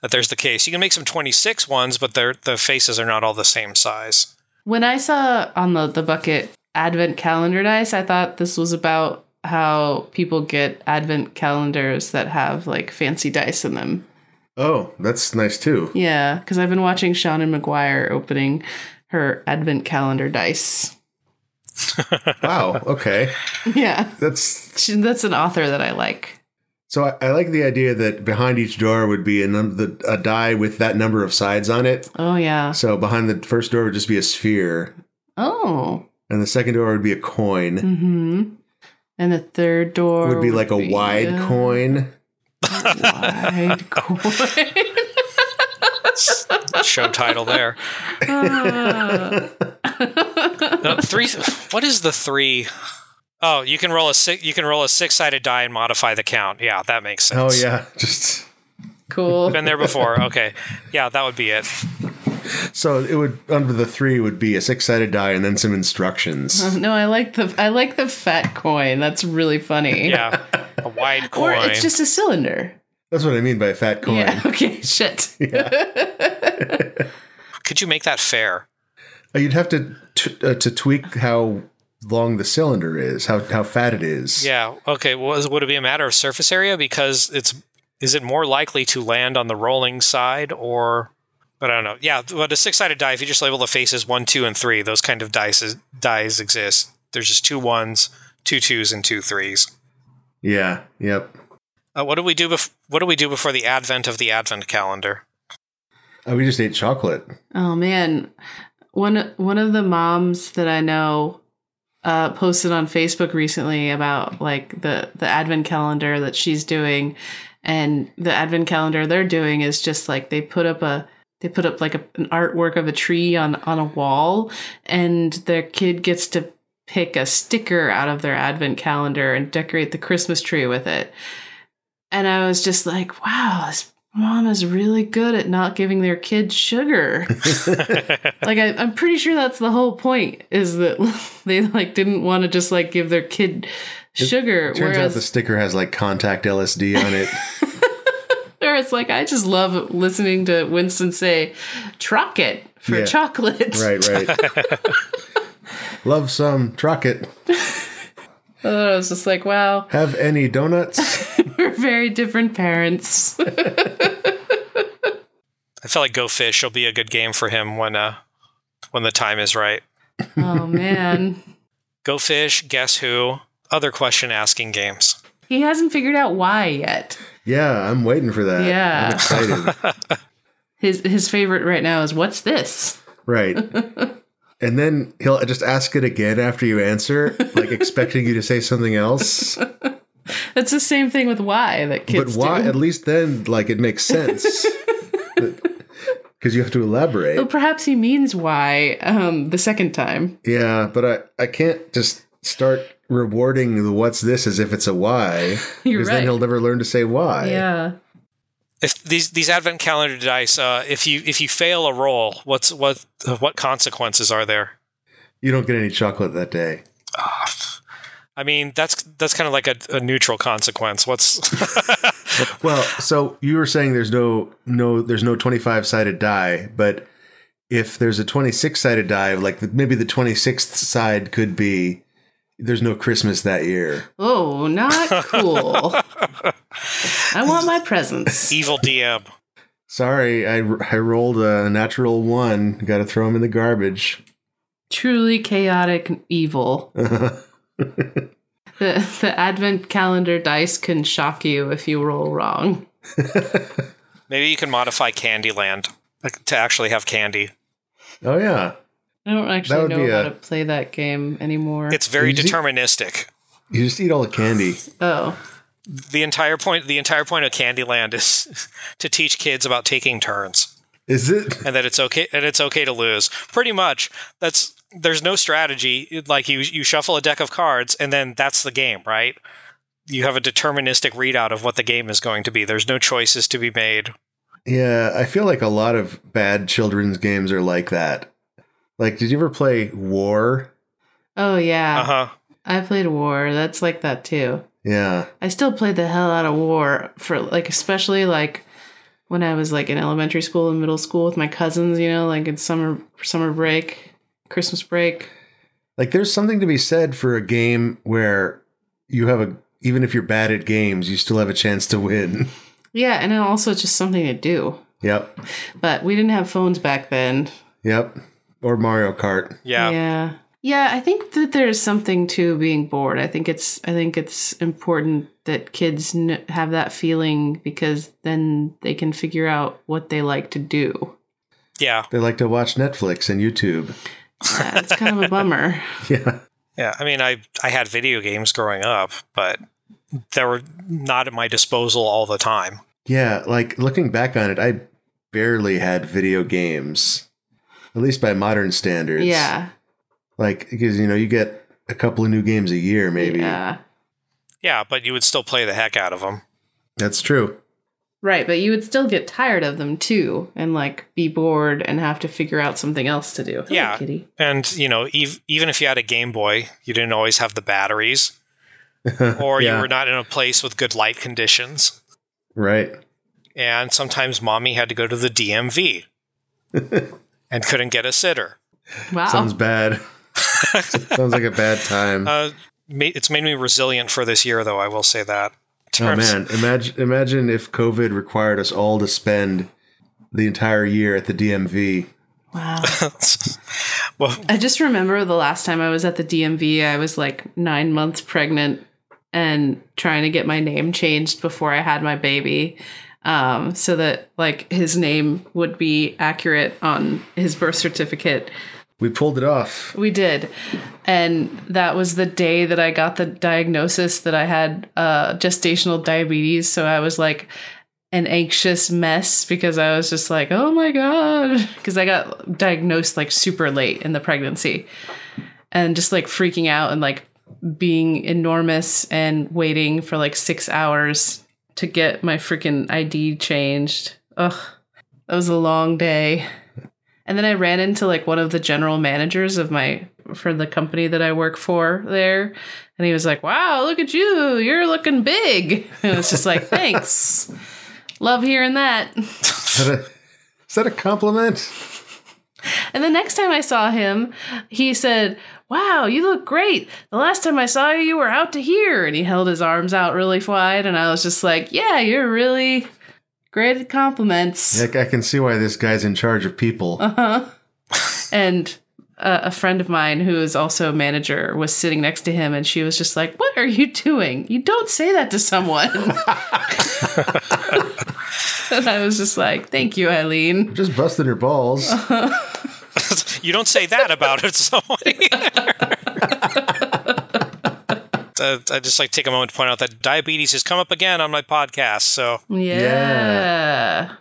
that there's the case. You can make some 26 ones, but their the faces are not all the same size.
When I saw on the, the bucket advent calendar dice, I thought this was about how people get advent calendars that have like fancy dice in them.
Oh, that's nice too.
Yeah, because I've been watching Shannon McGuire opening her advent calendar dice. <laughs>
Wow. Okay.
Yeah,
That's
she, that's an author that I like.
so. I, I like the idea that behind each door would be a num- the, a die with that number of sides on it.
Oh, yeah.
So behind the first door would just be a sphere,
Oh.
and the second door would be a coin.
hmm And the third door
would be like a wide
a
coin. <laughs>
Wide coin.
Show title there.
Ah.
Uh, three. What is the three? Oh, you can roll a six. You can roll a six-sided die and modify the count. Yeah, that makes
Oh
sense.
yeah, <laughs> just
<laughs> cool.
been there before. Okay, yeah, that would
<laughs>
be it.
so it would under the three would be a six sided die and then some instructions.
No, I like the I like the fat coin. That's really funny.
Yeah, a wide
Or
coin.
it's just a cylinder.
That's what I mean by a fat coin.
Yeah. <laughs> Okay. Shit.
Could you make that fair?
Uh, You'd have to t- uh, to tweak how long the cylinder is, how how fat it is.
Yeah. Okay. Was would it be a matter of surface area because it's is it more likely to land on the rolling side or but I don't know. Yeah, but a six-sided die. If you just label the faces one, two, and three, those kind of dice is, dies exist. There's just two ones, two twos, and two threes.
Yeah. Yep.
Uh, what do we do? Bef- what do we do before the advent of the advent calendar?
Uh, we just ate chocolate.
Oh man, one one of the moms that I know uh, posted on Facebook recently about like the the advent calendar that she's doing, and the advent calendar they're doing is just like they put up a they put up like a, an artwork of a tree on on a wall, and their kid gets to pick a sticker out of their advent calendar and decorate the Christmas tree with it. And I was just like, wow, this mom is really good at not giving their kid
<laughs>
sugar like I, i'm pretty sure that's the whole point is that <laughs> they like didn't want to just like give their kid sugar
Turns out
whereas
the sticker has like contact LSD on it.
whereas like i just love listening to winston say truck it for
Yeah.
chocolate <laughs>
<laughs> right. Right. <laughs> Love some chocolate.
i was Oh, just like wow <laughs>
Have any donuts?
we're very different parents <laughs>
I feel like Go Fish will be a good game for him when uh when the time is right.
oh man
Go Fish, Guess Who, other question asking games.
he hasn't figured out why yet
Yeah, I'm waiting for that.
Yeah.
I'm excited.
<laughs> his his favorite right now is what's this
right. And then he'll just ask it again after you answer,
<laughs>
like expecting you to say something else.
that's the same thing with why that
but
kids
why?
do
At least then, like, it
<laughs>
makes sense. Because you have to
Well,
elaborate.
perhaps he means why um, the second time.
Yeah, but I, I can't just start rewarding the what's this as if it's a why.
<laughs> You're
then
right.
he'll never learn to say why.
Yeah.
if these these advent calendar dice uh, if you if you fail a roll what's what what consequences are there
You don't get any chocolate that day.
i mean that's that's kind of like a, a neutral consequence what's <laughs>
Well, so you were saying there's no no there's no 25 sided die, but if there's a 26 sided die, like maybe the 26th side could be there's no Christmas that year.
Oh, not cool. I want my presents.
evil dm
Sorry, I, I rolled a natural one. Got to throw them in the garbage. <laughs>
Truly chaotic and evil. The, the advent calendar dice can shock you if you roll wrong.
maybe you can modify candyland like, to actually have candy
oh yeah,
I don't actually
would
know
be
how
a-
to play that game anymore.
it's very
Easy.
deterministic
you just eat all the <laughs> candy.
oh,
the entire point the entire point of candyland is <laughs> to teach kids about taking turns
Is it?
and that it's okay and it's okay to lose. Pretty much. That's there's no strategy. It- Like you you shuffle a deck of cards and then that's the game, right? You have a deterministic readout of what the game is going to be. There's no choices to be made.
Yeah, I feel like a lot of bad children's games are like that. Like, did you ever play War?
oh yeah.
Uh-huh.
I played War. That's like that too.
Yeah.
I still played the hell out of War for like, especially like when I was like in elementary school and middle school with my cousins, you know, like in summer summer break, Christmas break.
Like there's something to be said for a game where you have a even if you're bad at games, you still have a chance to win. <laughs>
Yeah, and then also just something to do.
Yep.
But we didn't have phones back then.
Yep. Or Mario Kart.
Yeah.
Yeah. Yeah, I think that there's something to being bored. I think it's I think it's important that kids kn- have that feeling because then they can figure out what they like to do.
Yeah.
They like to watch Netflix and YouTube. <laughs>
Yeah, it's kind of a
<laughs>
bummer.
Yeah.
Yeah. I mean, I, I had video games growing up, but they were not at my disposal all the time.
Yeah, like looking back on it, I barely had video games. At least by modern standards.
Yeah.
Like because you know, you get a couple of new games a year maybe.
Yeah.
Yeah, but you would still play the heck out of them.
That's true.
Right, but you would still get tired of them too and like be bored and have to figure out something else to do. Hello,
Yeah.
kitty.
And, you know, ev- even if you had a Game Boy, you didn't always have the
<laughs>
batteries, or
Yeah.
you were not in a place with good light conditions.
Right.
And sometimes mommy had to go to the
<laughs>
DMV and couldn't get a sitter.
Wow.
Sounds bad. Sounds like a bad time.
Uh, ma- it's made me resilient for this year, though, I will say that.
Oh man, imagine imagine if COVID required us all to spend the entire year at the DMV.
wow.
well,
I just remember the last time I was at the DMV, I was like nine months pregnant and trying to get my name changed before I had my baby. Um, so that like his name would be accurate on his birth certificate.
We pulled it off.
We did. And that was the day that I got the diagnosis that I had uh, gestational diabetes. So I was like an anxious mess because I was just like, oh my God. <laughs> Because I got diagnosed like super late in the pregnancy and just like freaking out and like being enormous and waiting for like six hours to get my freaking ID changed. Ugh, that was a long day. And then I ran into like one of the general managers of my for the company that I work for there. And he was like, Wow, look at you. You're looking big. <laughs> And it's just like, Thanks. Love hearing that.
Is that a, is that a compliment?
And the next time I saw him, he said, Wow, you look great. The last time I saw you, you were out to here. And he held his arms out really wide. And I was just like, Yeah, you're really great at compliments.
Heck, I can see why this guy's in charge of people.
Uh-huh. and uh, a friend of mine who is also a manager was sitting next to him and she was just like, "What are you doing? You don't say that to someone." <laughs> and I was just like, "Thank you, Eileen."
Just busting your balls.
<laughs>
Uh-huh.
you don't say that about it, <laughs>
<laughs>
somebody. uh, I just like to take a moment to point out that diabetes has come up again on my podcast. So
Yeah.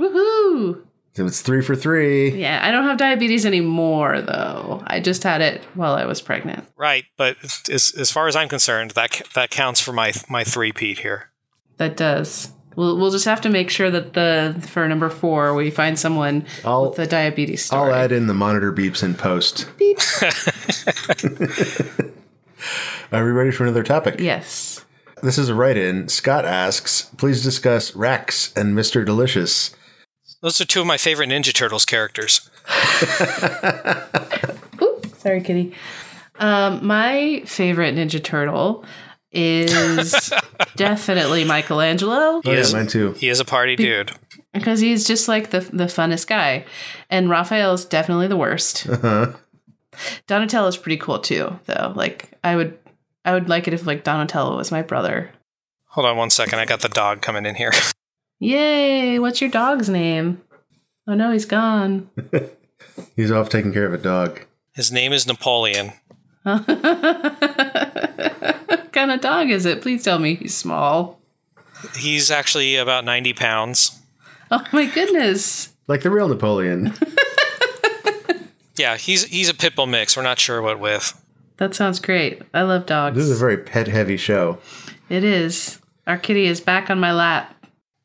Woohoo.
So it's three for three.
Yeah, I don't have diabetes anymore though. I just had it while I was pregnant.
right, but as, as far as I'm concerned, that c- that counts for my my three peat here.
That does. We'll, we'll just have to make sure that the for number 4 we find someone
I'll-
with a diabetes story.
I'll add in the monitor beeps in post.
Beep.
<laughs> Are we ready for another topic?
yes.
This is a write-in. Scott asks, please discuss Rax and Mr. Delicious.
Those are two of my favorite Ninja Turtles characters.
Oop, sorry, kitty. Um, my favorite Ninja Turtle
<laughs>
is definitely Michelangelo
Oh,
Yes.
yeah, mine too.
He is a party dude.
because he's just like the the funnest guy, and Raphael's definitely the worst.
<laughs>
Donatello's pretty cool too, though. Like I would, I would like it if like Donatello was my brother.
Hold on one second. I got the dog coming in here. <laughs>
Yay! What's your dog's name? Oh no, he's gone.
<laughs> He's off taking care of a dog.
His name is Napoleon.
what kind of dog is it? Please tell me he's small.
He's actually about 90 pounds.
Oh my goodness.
Like the real <laughs> Napoleon.
Yeah, he's he's a pit bull mix. We're not sure what with.
That sounds great. I love dogs.
This is a very pet heavy show.
it is. Our kitty is back on my lap.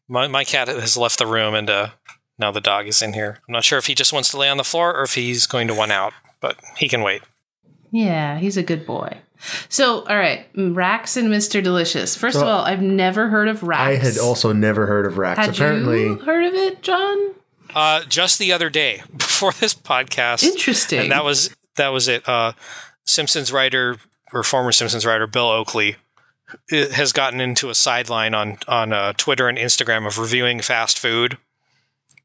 My, my cat has left the room and uh, now the dog is in here. I'm not sure if he just wants to lay on the floor or if he's going to one out, but he can wait.
Yeah, he's a good boy. So, all right, Rax and Mr. Delicious. First
So-
of all, I've never heard of Rax.
I had also never heard of Rax.
Had
Apparently,
you heard of it, John?
Uh, just the other day <laughs> before this podcast,
Interesting.
and that was that was it. Uh, Simpsons writer or former Simpsons writer Bill Oakley uh, has gotten into a sideline on on uh, Twitter and Instagram of reviewing fast food.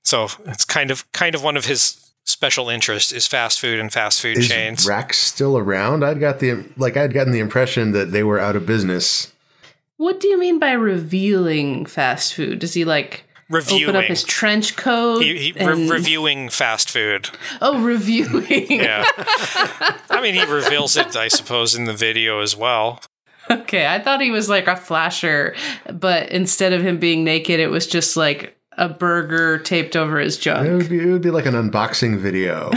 So it's kind of kind of one of his special interests is fast food and fast food
is
chains.
Rax still around? I'd got the like I'd gotten the impression that they were out of business.
what do you mean by revealing fast food? Does he like
reviewing,
open up his trench coat?
he, he, re-
and-
reviewing fast food.
<laughs> oh, reviewing.
Yeah, I mean he reveals it, I suppose, in the video as well.
<laughs> Okay, I thought he was like a flasher, but instead of him being naked, it was just like a burger taped over his
It would
junk.
be, it would be like an unboxing <laughs> video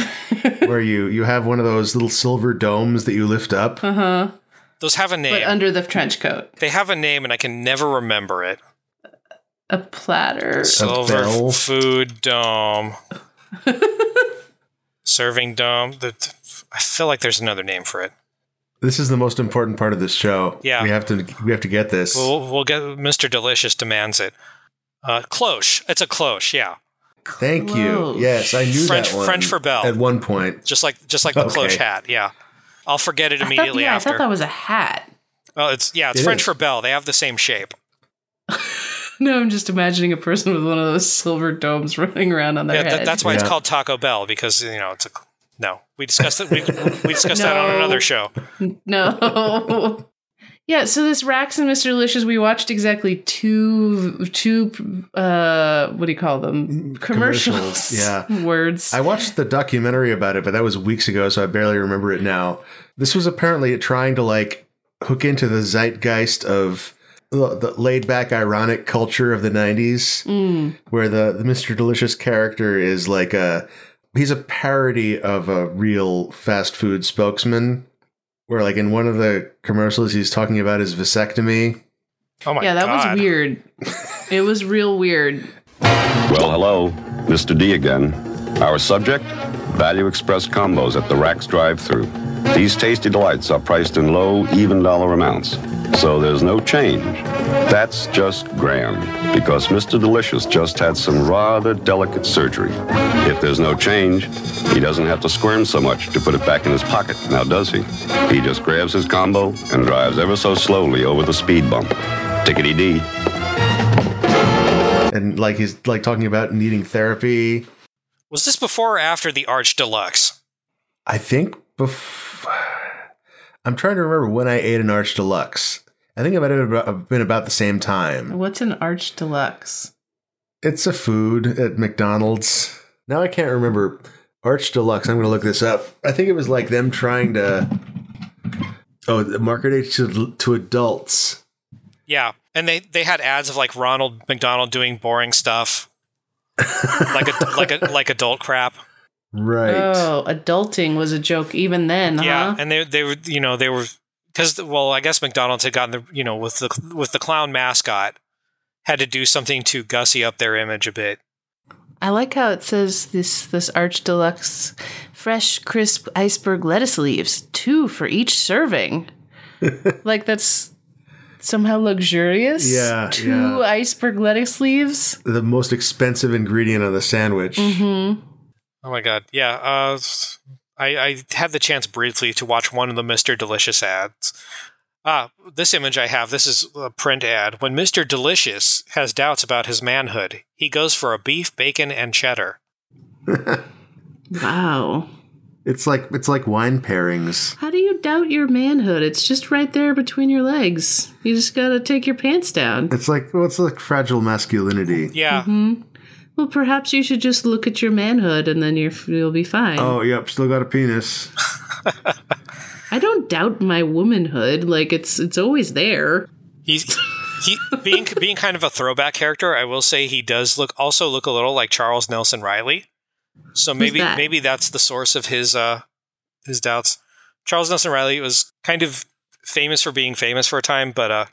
where you you have one of those little silver domes that you lift up.
Uh huh.
Those have a name.
But under the trench coat,
They have a name and I can never remember it.
a platter.
Silver
bell?
Food Dome. Serving Dome. The, I feel like there's another name for it.
This is the most important part of this show.
Yeah.
we have to we have to get this.
We'll, we'll get Mr. Delicious demands it. Uh, cloche. It's a cloche, yeah.
Thank
Close.
you. Yes, I knew
French-
that one.
French for bell.
At one point,
Just like just like the
Okay.
cloche hat, yeah. I'll forget it
I thought,
immediately
yeah, I
after.
thought that was a hat. <laughs>
oh, it's yeah, it's
It
French
is.
for bell. They have the same shape.
No, I'm just imagining a person with one of those silver domes <laughs> running around on their
Yeah,
head.
that, that's why it's
Yeah.
called Taco Bell because you know it's a no. We discussed it. We, we discussed that
<laughs>
on
No.
another show.
<laughs> no. <laughs> yeah, so this Rax and Mr. Delicious, we watched exactly two two uh what do you call them? Commercials.
Mm-hmm. commercials,
<laughs>
yeah.
Words.
I
Oh
watched the documentary about it, but that was weeks ago, so I barely remember it now. This was apparently trying to like hook into the zeitgeist of the, the laid back, ironic culture of the '90s,
Mm.
where the, the Mr. Delicious character is like a he's a parody of a real fast food spokesman. Where like in one of the commercials, he's talking about his vasectomy.
Oh my
yeah, that
god!
was
<laughs>
weird. it was real weird.
Well, hello. Mr. D again. Our subject? Value Express combos at the Rax drive thru. These tasty delights are priced in low, even dollar amounts. So there's no change. That's just grand. Because Mr. Delicious just had some rather delicate surgery. If there's no change, he doesn't have to squirm so much to put it back in his pocket, now does he? He just grabs his combo and drives ever so slowly over the speed bump. Tickety dee.
And like he's like talking about needing therapy.
Was this before or after the Arch Deluxe?
I think bef- I'm trying to remember when I ate an Arch Deluxe. I think it might have been about- been about the same time.
What's an arch deluxe?
It's a food at McDonald's. Now I can't remember Arch Deluxe. I'm going to look this up. I think it was like them trying to oh the market age to, to adults.
Yeah, and they they had ads of like Ronald McDonald doing boring stuff, like a, like a, like adult crap.
<laughs> Right.
Oh, adulting was a joke even then,
Yeah,
huh?
and they they were you know they were because well I guess McDonald's had gotten the you know with the with the clown mascot had to do something to gussy up their image a bit.
I like how it says this this arch deluxe fresh crisp iceberg lettuce leaves, two for each
<laughs>
serving. like that's somehow luxurious.
Yeah,
Two
yeah.
iceberg lettuce leaves.
The most expensive ingredient on the sandwich.
Mm-hmm.
Oh my god, yeah. Uh, I I had the chance briefly to watch one of the Mister Delicious ads. Ah, this image I have. This is a print ad. When Mister Delicious has doubts about his manhood, he goes for a beef, bacon, and cheddar.
Wow.
It's like it's like wine pairings.
How do you doubt your manhood? It's just right there between your legs. You just gotta take your pants down.
It's like well, it's like fragile masculinity.
Yeah.
Well, perhaps you should just look at your manhood and then you're, you'll be fine.
Oh, yep, still got a penis.
I don't doubt my womanhood. Like it's it's always there.
He's he being being kind of a throwback character. I will say he does look also look a little like Charles Nelson Riley. So maybe
that?
maybe that's the source of his uh his doubts. Charles Nelson Riley was kind of famous for being famous for a time, but uh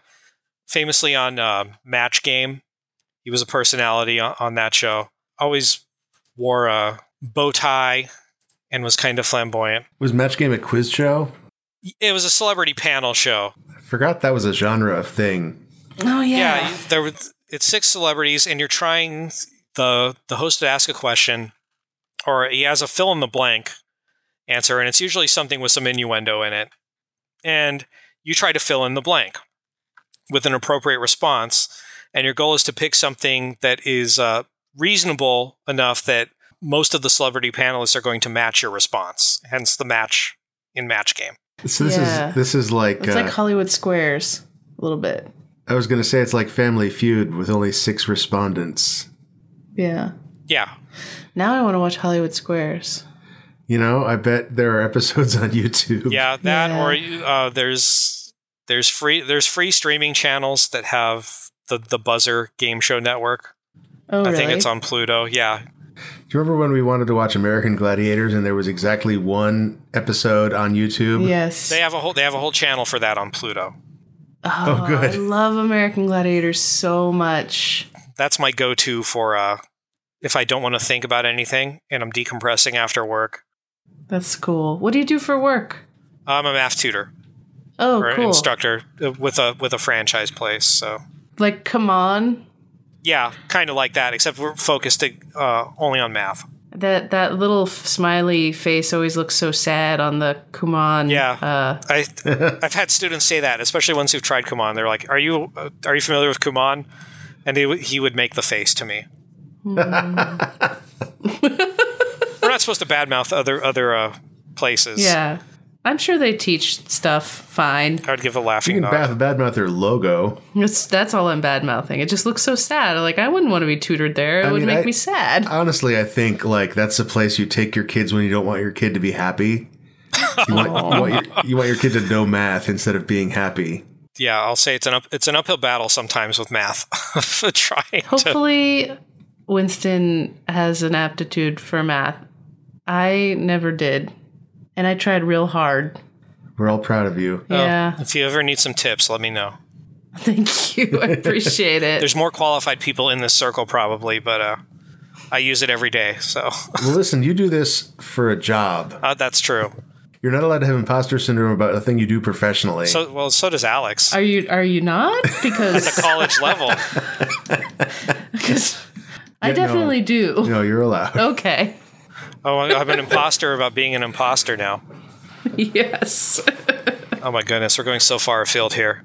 famously on uh, Match Game, he was a personality on, on that show. Always wore a bow tie and was kind of flamboyant.
Was Match Game a quiz show?
It was a celebrity panel show.
I forgot that was a genre of thing.
Oh
Yeah,
yeah.
you- there were it's six celebrities, and you're trying the the host to ask a question, or he has a fill in the blank answer, and it's usually something with some innuendo in it, and you try to fill in the blank with an appropriate response, and your goal is to pick something that is uh, reasonable enough that most of the celebrity panelists are going to match your response. Hence the match in match game.
So this
Yeah.
is this is like,
It's
uh,
like Hollywood Squares a little bit.
I was gonna say it's like Family Feud with only six respondents.
Yeah.
Yeah,
Now I want to watch Hollywood Squares.
You know, I bet there are <laughs> episodes on YouTube.
Yeah, that
Yeah.
or you- uh, there's there's free there's free streaming channels that have the the Buzzer game show network.
Oh
I
really?
think it's on Pluto. Yeah,
Do you remember when we wanted to watch American Gladiators and there was exactly one episode on YouTube?
Yes.
they have a whole they have a whole channel for that on Pluto.
oh,
Oh, good.
I love American Gladiators so much.
That's my go to for uh, if I don't want to think about anything and I'm decompressing after work.
That's cool. What do you do for work?
I'm a math tutor
Oh,
or an
cool.
instructor uh, with a with a franchise place. So
like, come on.
yeah, kind of like that, except we're focused uh, only on math.
That that little f- smiley face always looks so sad on the Kumon.
Yeah.
Uh,
I, I've had students say that, especially ones who've tried Kumon. They're like, "Are you uh, are you familiar with Kumon?" And he, w- he would make the face to me. We're not supposed to badmouth other other uh, places.
yeah. I'm sure they teach stuff fine.
I would give a
You
laughing
can
nod.
bad, badmouth their logo.
It's, that's all I'm bad mouthing. It just looks so sad. Like I wouldn't want to be tutored there. It would
mean,
make
I-
me sad.
Honestly, I think like that's the place you take your kids when you don't want your kid to be happy. You want, you want your, you want your kid to know math instead of being happy.
Yeah, I'll say it's an up, it's an uphill battle sometimes with math. <laughs> For trying
<laughs>
to
Hopefully, Winston has an aptitude for math. I never did, and I tried real hard.
We're all proud of you.
Oh,
Yeah, <laughs>
if you ever need some tips, let me know.
thank you. I appreciate it.
<laughs> There's more qualified people in this circle probably, but uh, I use it every day, so <laughs>
Well, listen, you do this for a job.
uh, that's true.
You're not allowed to have imposter syndrome about a thing you do professionally.
So well, so does Alex.
Are you are you not?
<laughs>
Because <laughs>
College level.
I definitely do.
no, you're allowed.
Okay. <laughs>
Oh, I- I'm an imposter about being an imposter now.
Yes.
Oh my goodness, we're going so far afield here.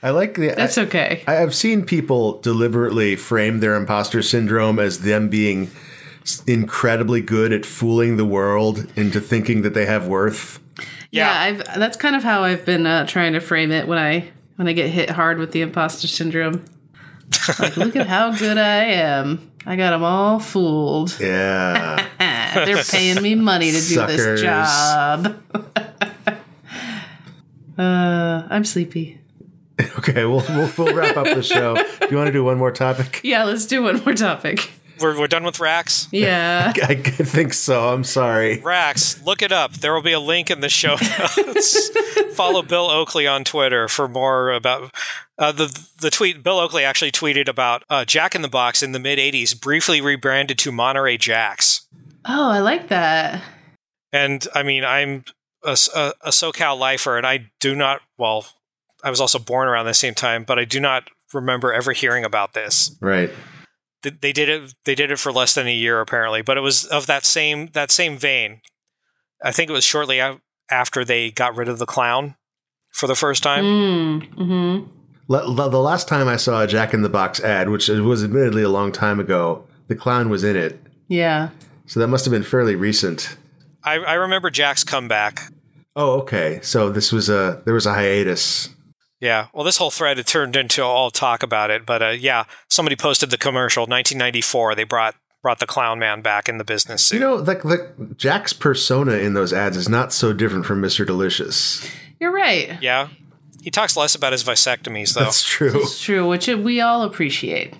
I like the.
That's okay.
I, I've seen people deliberately frame their imposter syndrome as them being s- incredibly good at fooling the world into thinking that they have worth.
Yeah, I've that's kind of how I've been uh, trying to frame it when I when I get hit hard with the imposter syndrome. Like, look at how good I am. I got them all fooled.
Yeah.
Ah, They're paying me money to <laughs> do
Suckers.
this job. uh, I'm sleepy.
okay, we'll, we'll we'll wrap up the show. Do you want to do one more topic?
<laughs> Yeah, let's do one more topic.
We're, we're done with racks.
<laughs> Yeah.
I think so. I'm sorry.
Racks, look it up. There will be a link in the show notes. Follow Bill Oakley on Twitter for more about uh, the the tweet. Bill Oakley actually tweeted about uh, Jack in the Box in the mid '80s, briefly rebranded to Monterey Jacks.
Oh, I like that.
And I mean, I'm a, s- a- a SoCal lifer, and I do not. Well, I was also born around the same time, but I do not remember ever hearing about this.
Right.
th- they did it they did it for less than a year apparently but it was of that same that same vein i think it was shortly a- after they got rid of the clown for the first time
Mm, hmm
L- the last time I saw a Jack in the Box ad, which was admittedly a long time ago, the clown was in it.
Yeah.
So that must have been fairly recent.
I, I remember jack's comeback
Oh, okay. So this was a there was a hiatus.
yeah well this whole thread had turned into all talk about it but uh, yeah somebody posted the commercial 1994 they brought brought the clown man back in the business suit
You know, like the Jack's persona in those ads is not so different from Mr. Delicious.
You're right.
yeah he talks less about his vasectomies though
That's true.
It's true, which we all appreciate,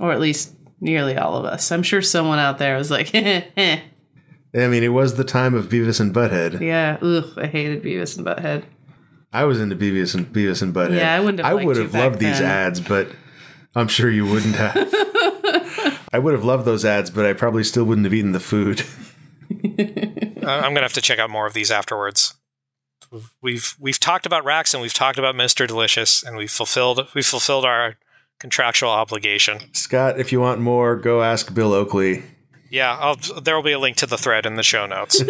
or at least nearly all of us. I'm sure someone out there was like, <laughs> yeah,
I mean, it was the time of Beavis and Butthead.
ugh, I hated Beavis and Butthead.
I was into Beavis and Beavis and Butthead.
Yeah, I wouldn't have
I
liked
would
you
have
back
loved these
then.
ads, but I'm sure you
<laughs>
wouldn't have. I would have loved those ads, but I probably still wouldn't have eaten the food.
I- i'm gonna have to check out more of these afterwards We've, we've we've talked about Rax and we've talked about Mr. Delicious and we've fulfilled we've fulfilled our contractual obligation.
Scott, if you want more, go ask Bill Oakley.
Yeah, I'll, there will be a link to the thread in the show notes.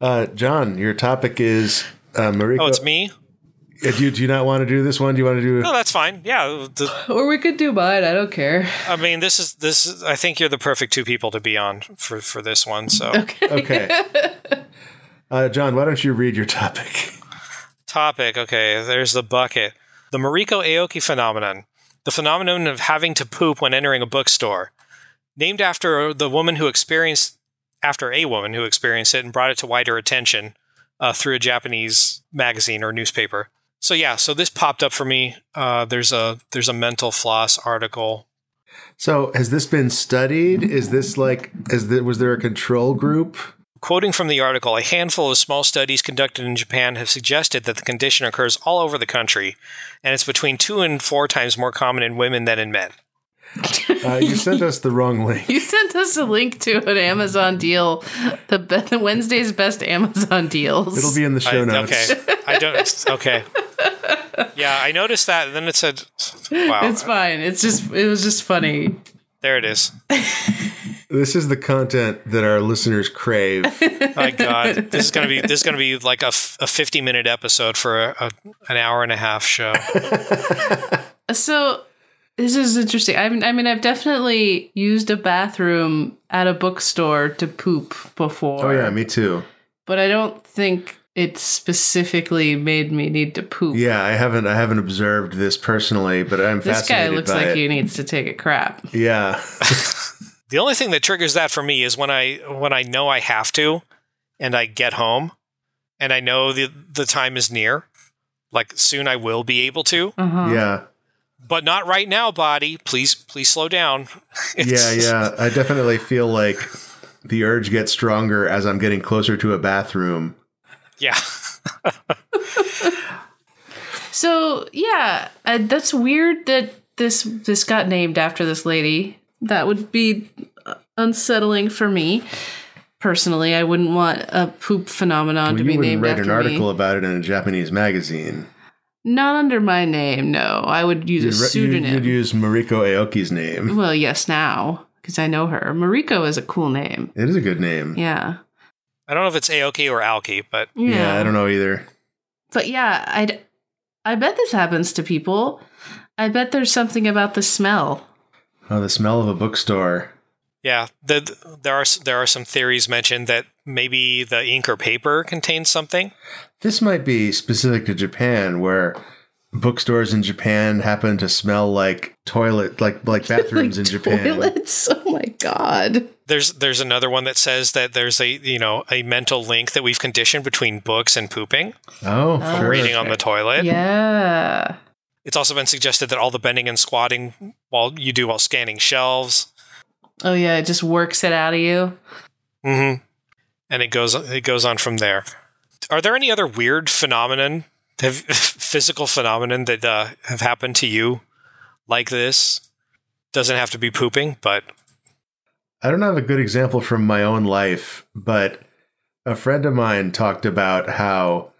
Uh, John, your topic is uh, Mariko.
oh, it's me.
Uh, Do you, do you not want to do this one? Do you want to do?
<laughs> No, that's fine. Yeah, the,
Or we could do mine. I don't care.
I mean, this is this. Is, I think you're the perfect two people to be on for for this one. So,
Okay. Uh, John, why don't you read your topic?
topic. Okay, there's the bucket. The Mariko Aoki phenomenon, the phenomenon of having to poop when entering a bookstore, named after the woman who experienced after a woman who experienced it and brought it to wider attention uh, through a Japanese magazine or newspaper. So yeah, so this popped up for me. Uh, there's a there's a mental floss article.
So, has this been studied? Is this like, is that was there a control group?
Quoting from the article, a handful of small studies conducted in Japan have suggested that the condition occurs all over the country, and it's between two and four times more common in women than in men.
Uh, you sent us the wrong
<laughs>
link.
You sent us a link to an Amazon deal, the, be- <laughs> the Wednesday's best Amazon deals.
It'll be in the show
I-
notes.
Okay. I don't. Okay. Yeah, I noticed that, and then it said, "Wow,
It's fine. It's just it was just funny.
there it is."
This is the content that our listeners crave.
<laughs>
<laughs>
My God, this is gonna be this is gonna be like a, f- a fifty minute episode for a, a, an hour and a half show.
So this is interesting. I mean, I mean, I've definitely used a bathroom at a bookstore to poop before.
Oh yeah, me too.
but I don't think it specifically made me need to poop.
Yeah, I haven't I haven't observed this personally, but I'm
this guy
fascinated
looks
by
like
it.
he needs to take a crap.
Yeah.
The only thing that triggers that for me is when I when I know I have to, and I get home, and I know the the time is near, like soon I will be able to,
Uh-huh.
yeah.
but not right now, body. Please, please slow down. <laughs>
Yeah,
It's-
yeah. I definitely feel like the urge gets stronger as I'm getting closer to a bathroom.
yeah.
So yeah, uh, that's weird that this this got named after this lady. That would be uh, unsettling for me personally. I wouldn't want a poop phenomenon
Well,
to
you
be
wouldn't
named
write
after
an article
me.
about it in a Japanese magazine.
Not under my name, no. I would use
You'd,
a
re- you'd-
pseudonym. Mm-hmm.
you'd use Mariko Aoki's name.
well, yes, now because I know her. Mariko is a cool name.
It is a good name.
Yeah.
I don't know if it's Aoki or Alki, but
Yeah.
I don't know either.
But yeah, I I bet this happens to people. I bet there's something about the smell. <laughs>
Oh, the smell of a bookstore.
Yeah, the, th- there are s- there are some theories mentioned that maybe the ink or paper contains something.
This might be specific to Japan, where bookstores in Japan happen to smell like toilet,
<laughs>
like like bathrooms in Japan.
Toilets. <laughs> Oh my god.
There's there's another one that says that there's a you know a mental link that we've conditioned between books and pooping,
Oh, sure.
reading on the toilet.
Yeah.
It's also been suggested that all the bending and squatting while you do while scanning shelves,
Oh yeah, it just works it out of you.
hmm and it goes it goes on from there. Are there any other weird phenomenon, have, <laughs> physical phenomenon that uh, have happened to you like this? Doesn't have to be pooping, but
I don't have a good example from my own life, but a friend of mine talked about how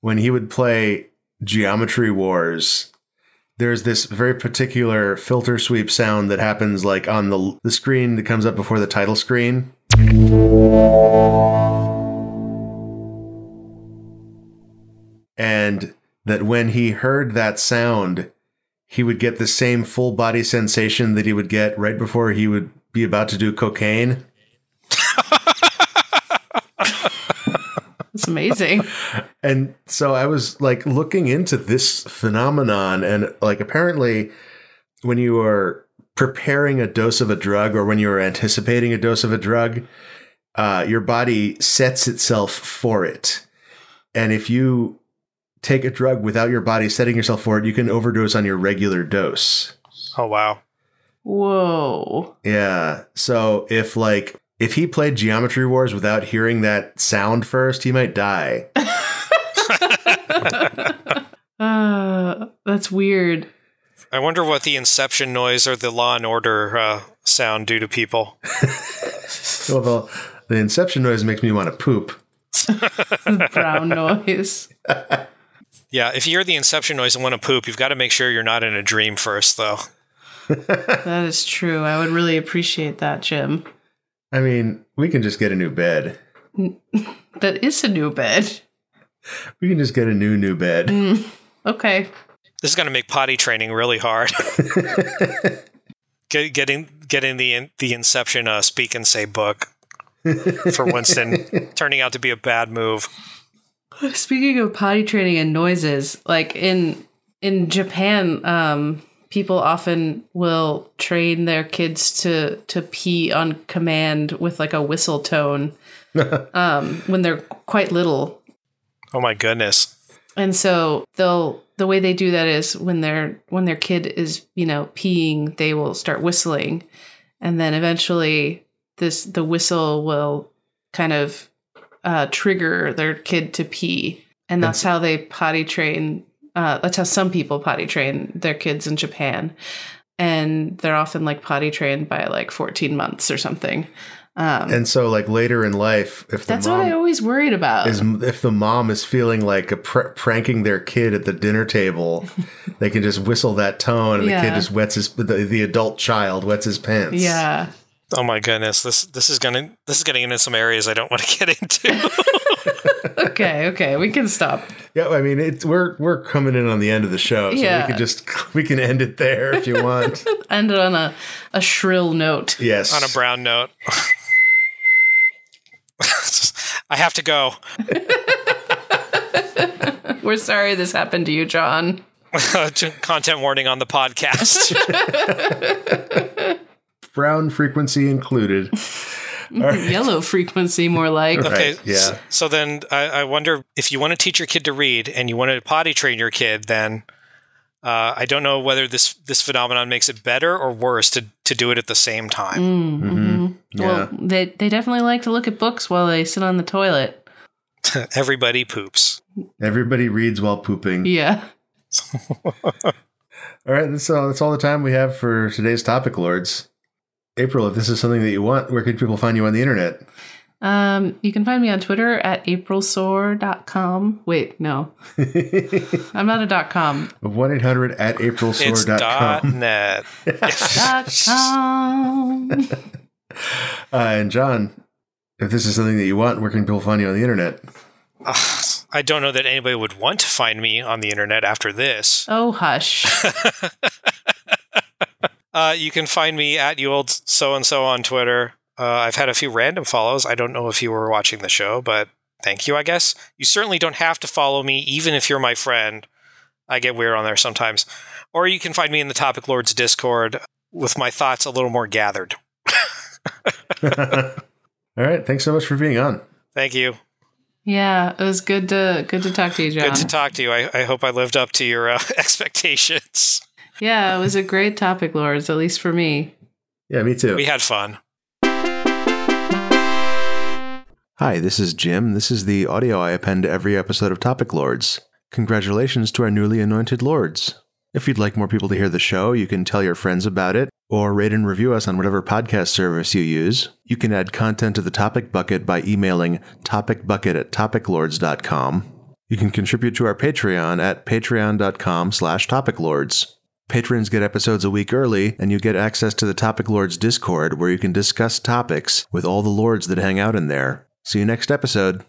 when he would play Geometry Wars, there's this very particular filter sweep sound that happens like on the the screen that comes up before the title screen. And that when he heard that sound, he would get the same full body sensation that he would get right before he would be about to do cocaine.
It's
<laughs>
amazing.
And so I was like looking into this phenomenon, and like apparently, when you are preparing a dose of a drug or when you are anticipating a dose of a drug, uh, your body sets itself for it. And if you take a drug without your body setting yourself for it, you can overdose on your regular dose.
oh wow.
Whoa.
Yeah. So if like if he played Geometry Wars without hearing that sound first, he
<laughs>
might die.
Uh, that's weird.
I wonder what the Inception noise or the Law and Order uh, sound do to people.
well, the, the inception noise makes me want to poop.
noise,
<laughs>
brown noise.
Yeah, if you hear the inception noise and want to poop, you've got to make sure you're not in a dream first, though.
That is true. I would really appreciate that, Jim.
I mean, we can just get a new bed.
That is a new bed.
We can just get a new new bed.
Hmm. Okay.
This is going to make potty training really hard. <laughs> Get, getting getting the the Inception uh, speak and say book for Winston turning out to be a bad move.
Speaking of potty training and noises, like in in Japan, um, people often will train their kids to to pee on command with like a whistle tone um, when they're quite little.
Oh my goodness!
And so they'll the way they do that is when their when their kid is, you know, peeing, they will start whistling. And then eventually this the whistle will kind of uh, trigger their kid to pee. And that's how they potty train uh, that's how some people potty train their kids in Japan. And they're often like potty trained by like 14 months or something. Um,
And so, like later in life, if the
that's what I
mom
always worried about.
is if the mom is feeling like a pr- pranking their kid at the
<laughs>
dinner table, they can just whistle that tone, and the
Yeah.
kid just wets his the, the adult child wets his pants.
yeah.
Oh my goodness! This this is gonna this is getting into some areas I don't want to <laughs> get into.
Okay, okay. We can stop.
yeah. I mean, it's we're we're coming in on the end of the show, so
Yeah.
we can just <laughs> we can end it there if
<laughs>
you want.
Ended on a, a shrill note.
yes,
On a brown note, <laughs> I have to go. <laughs>
We're sorry this happened to you, John.
Content warning on the podcast.
brown frequency included. All right.
Yellow frequency, more like.
Okay.
Right, yeah.
s- So then I, I wonder if you want to teach your kid to read and you want to potty train your kid, then uh, I don't know whether this this phenomenon makes it better or worse to to do it at the same time.
<laughs> Mm, mm-hmm. Well, they, they definitely like to look at books while they sit on the toilet.
Everybody poops.
Everybody reads while pooping.
Yeah.
All right, that's all, that's all the time we have for today's topic, Lords. April, if this is something that you want, where can people find you on the internet?
Um, you can find me on Twitter at aprilsore.com. Wait,
<laughs>
no. I'm not a dot com.
1 800 at
It's dot
aprilsore.com.
net. <laughs>
Dot com.
<laughs> Uh, and John, if this is something that you want, where can people find you on
<laughs>
the internet? <laughs>
I don't know that anybody would want to find me on the internet after this.
oh, hush.
<laughs> Uh, you can find me at you old so and so on Twitter. Uh, I've had a few random follows. I don't know if you were watching the show, but thank you, I guess. You certainly don't have to follow me, even if you're my friend. I get weird on there sometimes. Or you can find me in the Topic Lords Discord with my thoughts a little more gathered.
All right, thanks so much for being on.
Thank you.
Yeah, it was good to good to talk to you, John.
Good to talk to you. I, I hope I lived up to your uh, <laughs> expectations.
yeah, it was a great topic, Lords, at least for me.
Yeah, me too.
We had fun.
Hi, this is Jim. This is the audio I append to every episode of Topic Lords. Congratulations to our newly anointed lords. If you'd like more people to hear the show, you can tell your friends about it or rate and review us on whatever podcast service you use. You can add content to the topic bucket by emailing topicbucket at topiclords.com. You can contribute to our Patreon at patreon.com slash topiclords. Patrons get episodes a week early, and you get access to the Topic Lords Discord where you can discuss topics with all the lords that hang out in there. See you next episode.